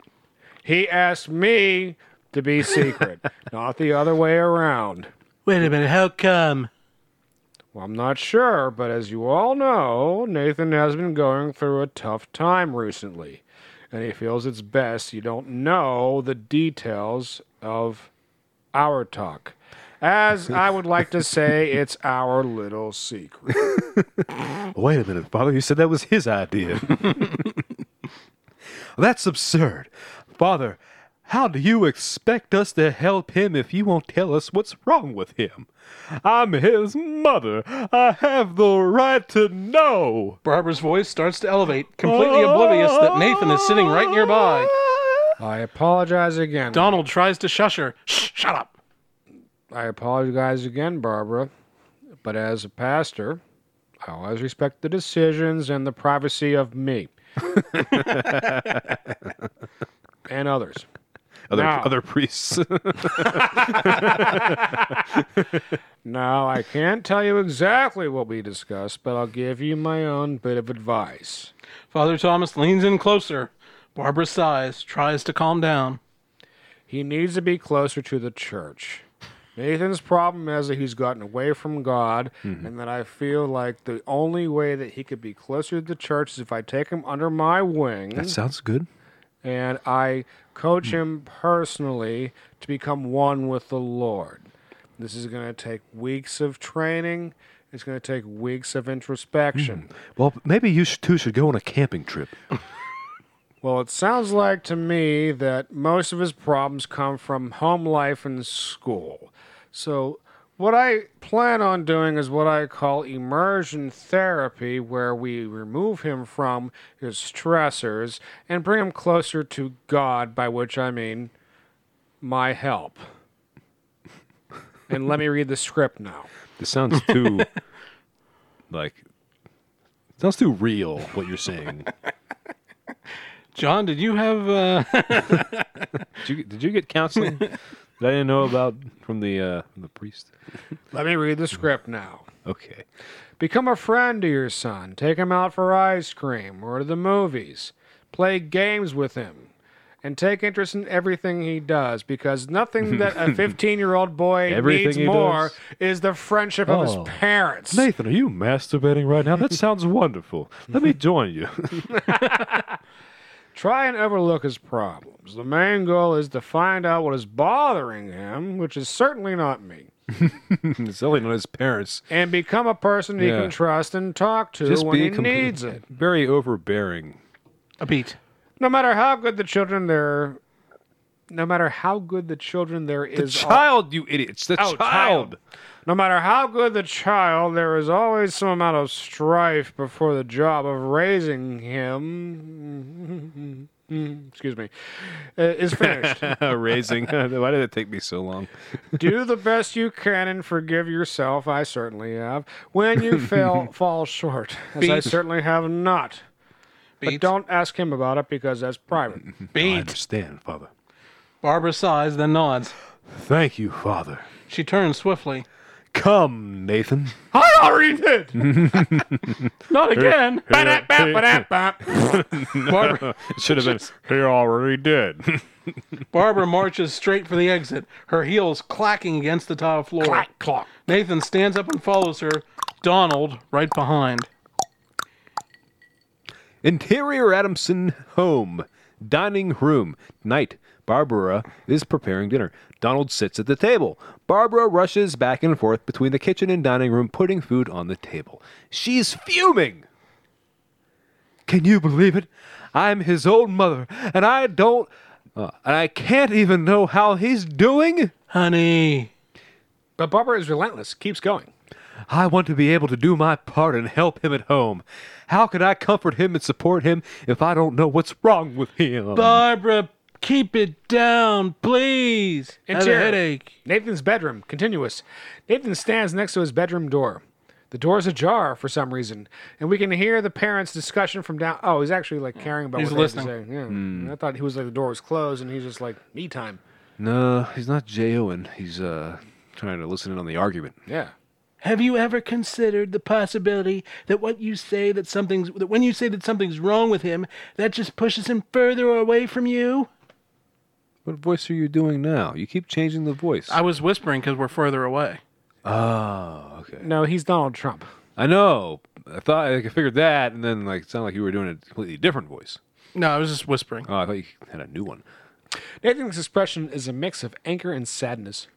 S3: He asked me to be secret, not the other way around.
S2: Wait a minute, how come?
S3: Well, I'm not sure, but as you all know, Nathan has been going through a tough time recently, and he feels it's best you don't know the details of our talk. As I would like to say, it's our little secret.
S1: Wait a minute, Father. You said that was his [LAUGHS] idea. That's absurd. Father, how do you expect us to help him if you won't tell us what's wrong with him? I'm his mother. I have the right to know.
S2: Barbara's voice starts to elevate, completely oblivious that Nathan is sitting right nearby.
S3: I apologize again.
S2: Donald tries to shush her. Shh, shut up.
S3: I apologize again, Barbara, but as a pastor, I always respect the decisions and the privacy of me and others.
S1: Other,
S3: No.
S1: other priests.
S3: Now, I can't tell you exactly what we discussed, but I'll give you my own bit of advice.
S2: Father Thomas leans in closer. Barbara sighs, tries to calm down.
S3: He needs to be closer to the church. Nathan's problem is that he's gotten away from God, and that I feel like the only way that he could be closer to the church is if I take him under my wing.
S1: [LAUGHS] sounds good.
S3: and I coach him personally to become one with the Lord. This is going to take weeks of training. It's going to take weeks of introspection.
S1: Well, maybe you sh- two should go on a camping trip.
S3: Well, it sounds like to me that most of his problems come from home life and school. So, what I plan on doing is what I call immersion therapy, where we remove him from his stressors and bring him closer to God, by which I mean my help. and let me read the script now.
S2: [LAUGHS]
S1: This sounds too like Sounds too real what you're saying.
S2: John, did you have? Uh,
S1: [LAUGHS] did, you, did you get counseling that I didn't know about from the uh, from the priest?
S3: Let me read the script now.
S1: Okay.
S3: Become a friend to your son. Take him out for ice cream or to the movies. Play games with him. And take interest in everything he does because nothing
S1: [LAUGHS]
S3: that a 15 year old boy
S1: Everything
S3: needs
S1: he
S3: more
S1: does?
S3: is the friendship of
S1: Oh.
S3: his parents.
S1: Nathan, are you masturbating right now? That sounds wonderful. Let me join [LAUGHS] you.
S3: Try and overlook his problems. The main goal is to find out what is bothering him, which is certainly not me,
S1: it's only not his parents.
S3: and become a person he
S1: Yeah.
S3: can trust and talk to when he needs it.
S1: Very overbearing.
S2: a beat.
S3: No matter how good the children there, no matter how good the children there is.
S1: you idiots. The
S3: Oh,
S1: [LAUGHS]
S3: child. No matter how good the child, there is always some amount of strife before the job of raising him. [LAUGHS] Excuse me, uh, is [LAUGHS] finished.
S1: Uh, Raising. [LAUGHS] Why did it take me so long?
S3: Do the best you can and forgive yourself. I certainly have. When [LAUGHS] you fail, fall short, as I
S2: Beat.
S3: certainly have not. But
S2: Beat.
S3: don't ask him about it because that's private.
S1: I
S2: Beat.
S1: understand, Father.
S2: Barbara sighs, then nods.
S1: Thank you, Father.
S2: She turns swiftly.
S1: Come, Nathan.
S3: [LAUGHS] I already did.
S2: Not again.
S3: Ba-da, ba, ba-da, ba. [LAUGHS]
S2: Barbara,
S1: It should have been. He already did. [LAUGHS]
S2: Barbara marches straight for the exit, her heels clacking against the tile floor.
S3: Clack, clock.
S2: Nathan stands up and follows her, Donald right behind.
S1: Interior Adamson home. Dining room. Night. Barbara is preparing dinner. Donald sits at the table. Barbara rushes back and forth between the kitchen and dining room, putting food on the table. She's fuming. Can you believe it? I'm his old mother, and I don't. Uh, and I can't even know how he's doing.
S2: Honey.
S3: But Barbara is relentless. Keeps going.
S1: I want to be able to do my part and help him at home. How can I comfort him and support him if I don't know what's wrong with him?
S2: Barbara, keep it down, please. I have a
S3: Interior.
S2: headache.
S3: Nathan's bedroom, continuous. Nathan stands next to his bedroom door. The door's ajar for some reason, and we can hear the parents' discussion from down. Oh, he's actually like caring about
S2: He's
S3: what Nathan's
S2: listening. Hmm.
S3: saying. Yeah, I thought he was like the door was closed, and he's just like me time.
S1: No, he's not J-O-N. He's uh, trying to listen in on the argument.
S3: Yeah.
S2: Have you ever considered the possibility that what you say that something's that when you say that something's wrong with him, that just pushes him further away from you?
S1: What voice are you doing now? You keep changing the voice.
S2: I was whispering because we're further away.
S1: oh, okay.
S3: No, he's Donald Trump.
S1: I know. I thought I figured that, and then like it sounded like you were doing a completely different voice.
S2: No, I was just whispering.
S1: Oh, I thought you had a new one. [LAUGHS]
S3: Nathan's expression is a mix of anger and sadness.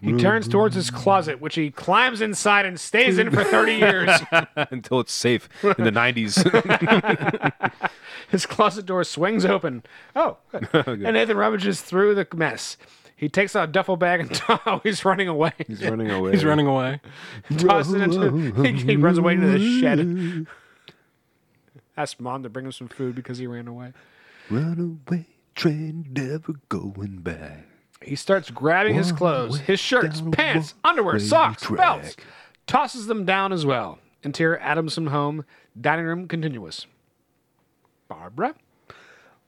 S3: He turns towards his closet, which he climbs inside and stays in for 30 years.
S2: [LAUGHS]
S1: Until it's safe in the '90s.
S3: His closet door swings open. Oh,
S1: [LAUGHS]
S3: good. and Nathan rummages through the mess. He takes out a duffel bag and [LAUGHS] oh, he's running away.
S1: He's [LAUGHS] running away.
S2: He's running away.
S3: [LAUGHS] Tosses it into, he, he runs away into the [LAUGHS] shed.
S1: [LAUGHS]
S3: Asked mom to bring him some food because he ran away.
S1: Runaway train, never going back.
S3: He starts grabbing his clothes, his shirts,
S1: down
S3: pants,
S1: one
S3: underwear,
S1: way
S3: socks,
S1: track.
S3: belts, tosses them down as well. Interior Adamson home, dining room continuous. Barbara?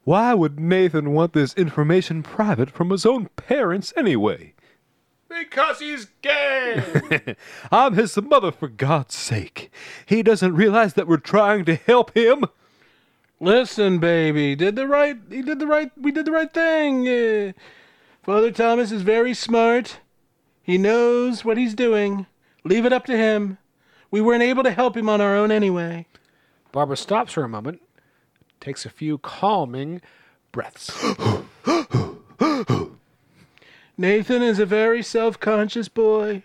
S1: Why would Nathan want this information private from his own parents anyway?
S3: Because he's gay!
S1: I'm his mother, for God's sake. He doesn't realize that we're trying to help him.
S2: Listen, baby, did the right. He did the right. We did the right thing. Uh, Father Thomas is very smart. He knows what he's doing. Leave it up to him. We weren't able to help him on our own anyway.
S3: Barbara stops for a moment, takes a few calming breaths.
S2: Nathan is a very self-conscious boy.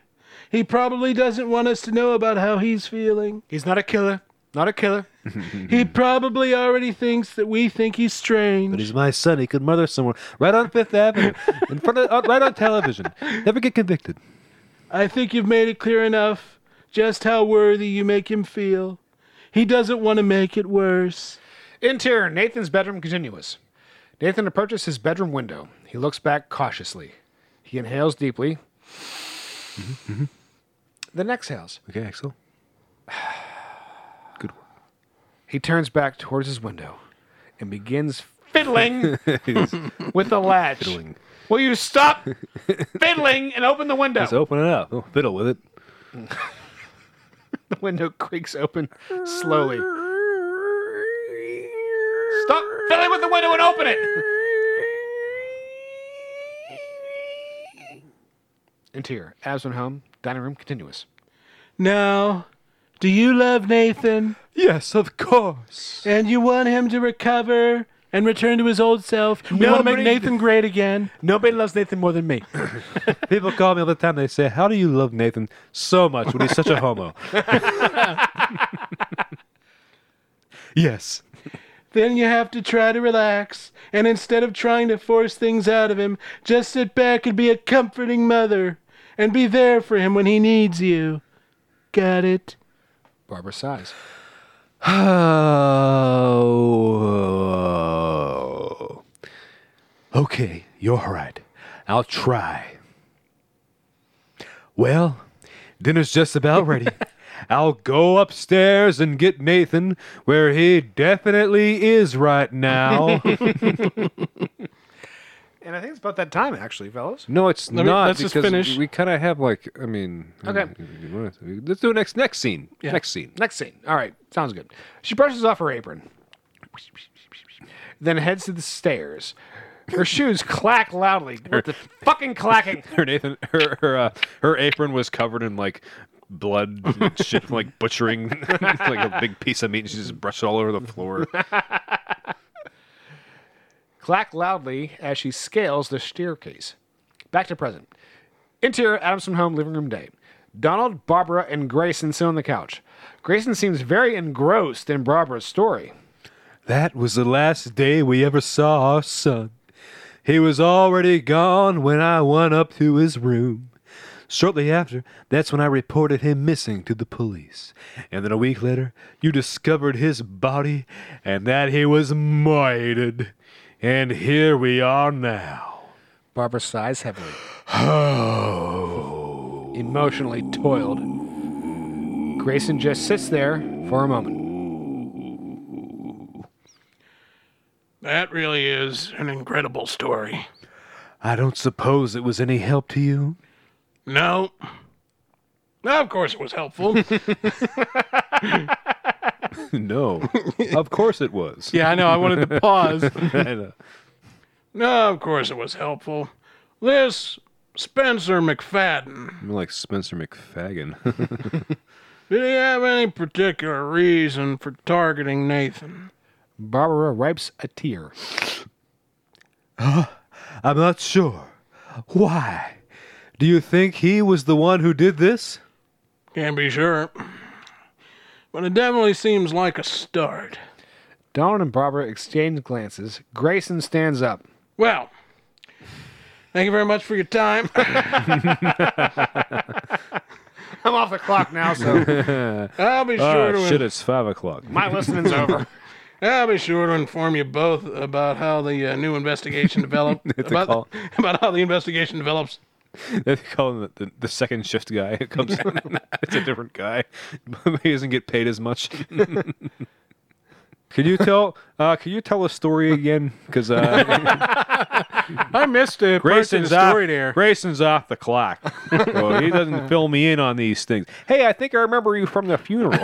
S2: He probably doesn't want us to know about how he's feeling.
S3: he's not a killer. Not a killer.
S2: He probably already thinks that we think he's strange.
S1: He's my son. He could murder someone right on Fifth Avenue, in front of, uh, right on television. Never get convicted.
S2: I think you've made it clear enough just how worthy you make him feel. He doesn't want to make it worse.
S3: Interior Nathan's bedroom continuous. Nathan approaches his bedroom window. He looks back cautiously. He inhales deeply the next house.
S1: Okay, Axel. [SIGHS] Good work.
S3: He turns back towards his window and begins [LAUGHS] fiddling with the latch.
S1: Fiddling.
S3: Will you stop fiddling and open the window?
S1: Let's open it up. Oh, fiddle with it.
S3: The [LAUGHS] window creaks open slowly. Stop fiddling with the window and open it. Interior. Abs went home. Dining room continuous.
S2: Now, do you love Nathan
S1: Yes, of course.
S2: and you want him to recover and return to his old self? We want to make
S3: Nobody-
S2: Nathan great again.
S3: Nobody loves Nathan more than me.
S1: People call me all the time. They say, "How do you love Nathan so much when he's such a [LAUGHS] homo?" yes.
S2: Then you have to try to relax, and instead of trying to force things out of him, just sit back and be a comforting mother and be there for him when he needs you. Got it?
S3: [COUGHS] Barbara sighs.
S1: Oh. Okay, you're right. I'll try. Well, dinner's just about ready. I'll go upstairs and get Nathan, where he definitely is right now.
S3: And I think it's about that time, actually, fellas.
S1: no, it's
S2: Let me-
S1: not.
S2: let's just
S1: because
S2: finish.
S1: We kind of have like, I mean,
S3: Okay.
S1: Let's do next next scene. Next scene.
S3: Next scene. All right, sounds good. She brushes off her apron, then heads to the stairs. Her shoes clack loudly. With the fucking clacking.
S1: her Nathan her her, uh, her apron was covered in like blood
S2: [LAUGHS]
S1: and shit from, like butchering [LAUGHS] like a big piece of meat and she just brushed it all over the floor.
S3: clack loudly as she scales the staircase. Back to present. Interior Adams from home living room day. Donald, Barbara, and Grayson sit on the couch. Grayson seems very engrossed in Barbara's story.
S1: That was the last day we ever saw our son. He was already gone when I went up to his room. Shortly after, that's when I reported him missing to the police. And then a week later, you discovered his body and that he was murdered. And here we are now.
S3: Barbara sighs heavily. Emotionally toiled. Grayson just sits there for a moment.
S2: That really is an incredible story.
S1: I don't suppose it was any help to you.
S2: No. No, of course it was [LAUGHS] helpful.
S1: [LAUGHS] no, of course it was.
S2: yeah, I know. I
S1: [LAUGHS]
S2: wanted to pause.
S1: I know.
S2: No, of course it was helpful. This Spencer McFadden,
S1: I'm like Spencer McFagin.
S2: did he have any particular reason for targeting Nathan?
S3: Barbara wipes a tear.
S1: I'm not sure. Why? Do you think he was the one who did this?
S2: Can't be sure. But it definitely seems like a start.
S3: Donald and Barbara exchange glances. Grayson stands up.
S2: Well, thank you very much for your [LAUGHS] time.
S3: I'm off the clock now, so
S2: I'll be sure to
S1: Ah, it's five o'clock.
S3: my listening's over.
S2: I'll be sure to inform you both about how the uh, new investigation [LAUGHS] developed. about,
S1: call.
S2: about how the investigation develops.
S1: [LAUGHS] they call him the, the, the second shift guy [LAUGHS] who comes
S2: [LAUGHS]
S1: in. it's a different guy. [LAUGHS] he doesn't get paid as
S2: [LAUGHS]
S1: much. Can you tell? Uh, can you tell a story again? Because
S2: [LAUGHS]
S1: uh,
S2: I missed it.
S1: Grayson's
S2: the
S1: off.
S2: story there.
S1: Grayson's off the clock.
S2: [LAUGHS]
S1: so he doesn't fill me in on these things. Hey, I think I remember you from the
S2: [LAUGHS]
S1: funeral.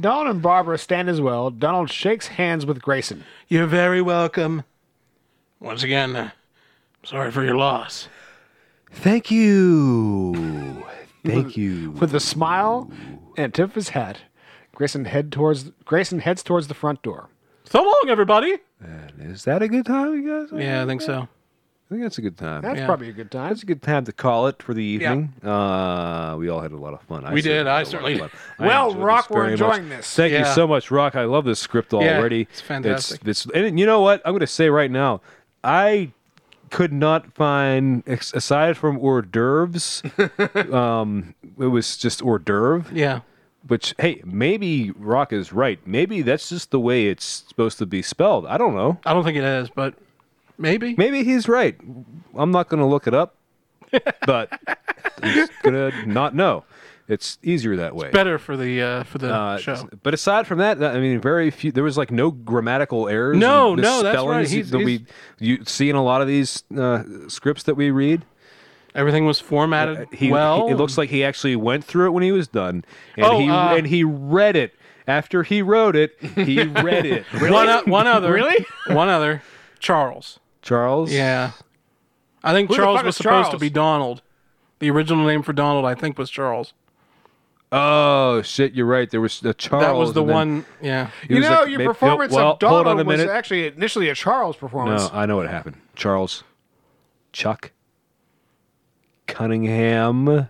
S3: Donald and Barbara stand as well. Donald shakes hands with Grayson.
S2: You're very welcome. Once again, uh, sorry for your loss.
S1: Thank you. Thank you.
S3: With a smile and a tip of his hat, Grayson head towards Grayson heads towards the front door.
S2: So long, everybody.
S1: Is that a good time, you guys?
S2: Yeah, I think so.
S1: I think that's a good time.
S3: That's
S1: That's,
S2: Yeah.
S3: probably a good time.
S1: a good time to call it for the evening. Uh, we all had a lot of fun. I
S2: We
S1: certainly had
S2: did. I
S1: a lot of
S2: certainly
S1: fun.
S2: did.
S1: I
S3: Well,
S1: enjoyed
S3: Rock, we're
S1: very much.
S3: enjoying this.
S1: Thank you
S2: Yeah.
S1: so much, Rock. I love this script already.
S2: it's fantastic.
S1: It's, it's- and you know what? I'm going to say right now, I could not find ex- aside from hors
S2: [LAUGHS]
S1: d'oeuvres. um, it was just hors d'oeuvre.
S2: Yeah.
S1: Which, hey, maybe Rock is right. Maybe that's just the way it's supposed to be spelled. I don't know.
S2: I don't think it is, but maybe.
S1: Maybe he's right. I'm not going to look it up. but
S2: [LAUGHS]
S1: I'm just gonna not know. It's easier that way.
S2: Better for the uh, for the
S1: Uh,
S2: show.
S1: But aside from that, I mean, very few. There was like no grammatical errors.
S2: No,
S1: and
S2: no, that's right.
S1: misspellings
S2: He's-
S1: that
S2: he's-
S1: we you see in a lot of these uh, scripts that we read.
S2: Everything was formatted
S1: Uh, He,
S2: well.
S1: he- it looks like he actually went through it when he was done, and
S2: Oh,
S1: he
S2: uh,
S1: and he read it after he wrote it.
S2: [LAUGHS]
S1: He read it.
S2: one, o- one other.
S1: [LAUGHS]
S3: Really?
S2: One other. Charles.
S1: Charles.
S2: Yeah. I think
S3: Who the
S2: Charles
S3: fuck
S2: was
S3: is
S2: supposed to
S3: Charles?
S2: be Donald. The original name for Donald, I think, was Charles.
S1: Oh shit, you're right. There was a Charles.
S2: that was the
S1: and then
S2: one. Yeah.
S1: he
S3: You
S1: was
S3: know,
S1: like,
S3: your
S1: "Maybe- oh,
S3: performance
S1: well,
S3: of Donald
S1: hold on a
S3: was
S1: minute.
S3: actually initially a Charles performance.
S1: No, I know what happened. Charles, Chuck, Cunningham,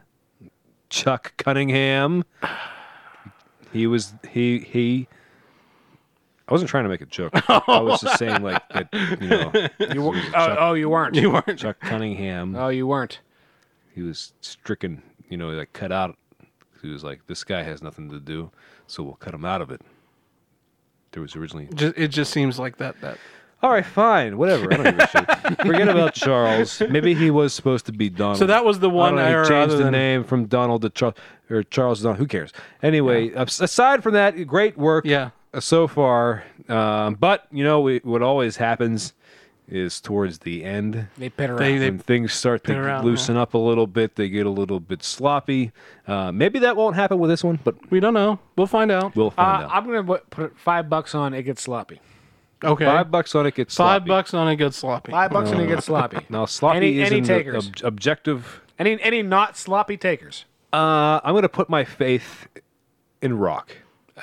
S1: Chuck Cunningham. He was he he. I wasn't trying to make a joke. I was just saying like that, you know
S3: You, w- oh, oh, you
S2: [LAUGHS]
S3: weren't.
S2: You weren't.
S1: Chuck Cunningham.
S3: oh, you weren't.
S1: He was stricken, you know, like cut out. He was like, this guy has nothing to do, so we'll cut him out of it. There was originally
S2: Ju- it just seems like that. That
S1: All right, fine, whatever. I don't give a shit. Forget about Charles. Maybe he was supposed to be Donald.
S2: So that was the one
S1: I don't know,
S2: error
S1: he changed
S2: other
S1: the
S2: than-
S1: name from Donald to Charles or Charles to Donald. Who cares? Anyway, as- aside from that, great work.
S2: Yeah.
S1: uh, So far, um, but you know we, what always happens is towards the end
S3: They better.
S2: they, they
S1: when things start to
S2: they're out,
S1: loosen up a little bit, they get a little bit sloppy. Uh, maybe that won't happen with this one, but
S2: we don't know. We'll find out.
S1: we'll find
S3: uh,
S1: out.
S3: I'm gonna w- put five bucks on it gets sloppy.
S2: okay.
S1: Five bucks on it gets
S2: Five
S1: sloppy.
S2: bucks on a good sloppy.
S3: Five bucks and it
S1: [LAUGHS]
S3: gets sloppy.
S1: Now sloppy
S3: Any-
S1: is
S3: any
S1: in the
S3: takers?
S1: ob- objective
S3: Any any not sloppy takers?
S1: Uh, I'm going to put my faith in rock.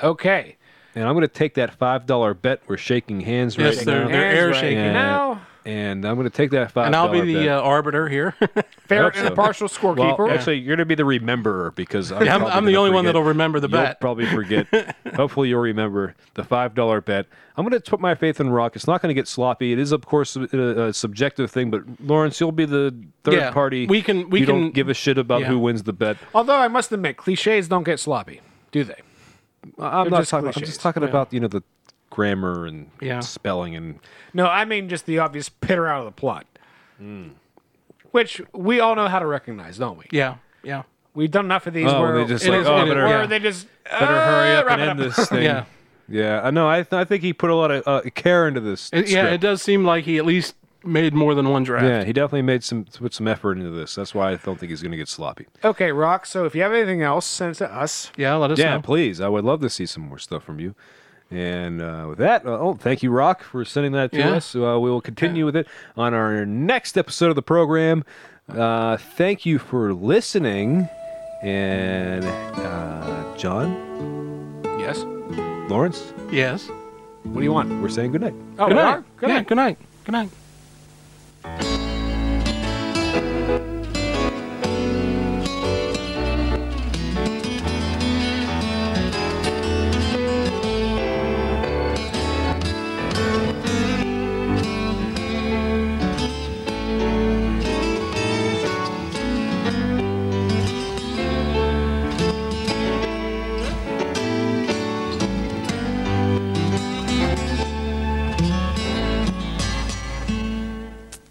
S3: Okay.
S1: And I'm going to take that $5 bet. We're shaking hands right now.
S2: Yes, they're, they're
S3: Hands
S2: air
S3: right
S2: shaking.
S1: And,
S3: now.
S1: and I'm going to take that $5
S2: And I'll be the
S1: bet.
S2: uh, arbiter here. [LAUGHS]
S3: Fair
S1: hope
S3: and
S1: so.
S3: impartial
S1: well,
S3: scorekeeper.
S1: actually, you're going to be the rememberer because I'm,
S2: [LAUGHS] Yeah, I'm,
S1: probably
S2: I'm the
S1: gonna
S2: only one
S1: forget.
S2: that'll remember the
S1: You'll
S2: bet.
S1: probably
S2: [LAUGHS]
S1: forget. Hopefully, you'll remember the five dollar bet. I'm going to put my faith in rock. It's not going to get sloppy. It is, of course, a, a subjective thing. But Lawrence, you'll be the third
S2: Yeah,
S1: party.
S2: we can- we
S1: you
S2: can-
S1: don't give a shit about
S2: yeah.
S1: who wins the bet.
S3: Although I must admit, cliches don't get sloppy, do they?
S1: I'm
S3: They're
S1: not
S3: just
S1: talking. I'm
S3: cliches.
S1: just talking about you know the grammar and
S2: Yeah.
S1: spelling and
S3: No, I mean just the obvious pitter out of the plot,
S1: Hmm.
S3: which we all know how to recognize, don't we?
S2: yeah. Yeah.
S3: We've done enough of these
S1: Oh,
S3: where
S1: they just
S2: it
S1: like,
S2: is-
S1: oh,
S2: it
S1: I
S2: is-
S1: better,
S2: yeah.
S3: or they just
S1: better
S3: "Ah,
S1: hurry up
S3: wrap
S1: and
S3: it
S1: end this thing.
S2: [LAUGHS] Yeah.
S1: Yeah, I know. I, th- I think he put a lot of uh, care into this.
S2: It- yeah.
S1: script.
S2: It does seem like he at least made more than one draft.
S1: Yeah, he definitely made some put some effort into this. That's why I don't think he's going to get sloppy.
S3: Okay, Rock. So if you have anything else, send it to us.
S2: Yeah, let us
S1: Yeah,
S2: know.
S1: please. I would love to see some more stuff from you. And uh, with that, uh, oh, thank you, Rock, for sending that to
S2: Yeah.
S1: us. Uh, we will continue with it on our next episode of the program. Uh, thank you for listening. And uh, John,
S3: Yes.
S1: Lawrence,
S2: Yes.
S3: What do you want?
S1: we're saying goodnight.
S3: Oh,
S2: Good
S3: we
S2: night.
S3: are? Good
S2: yeah,
S3: night.
S2: Good night. Good night.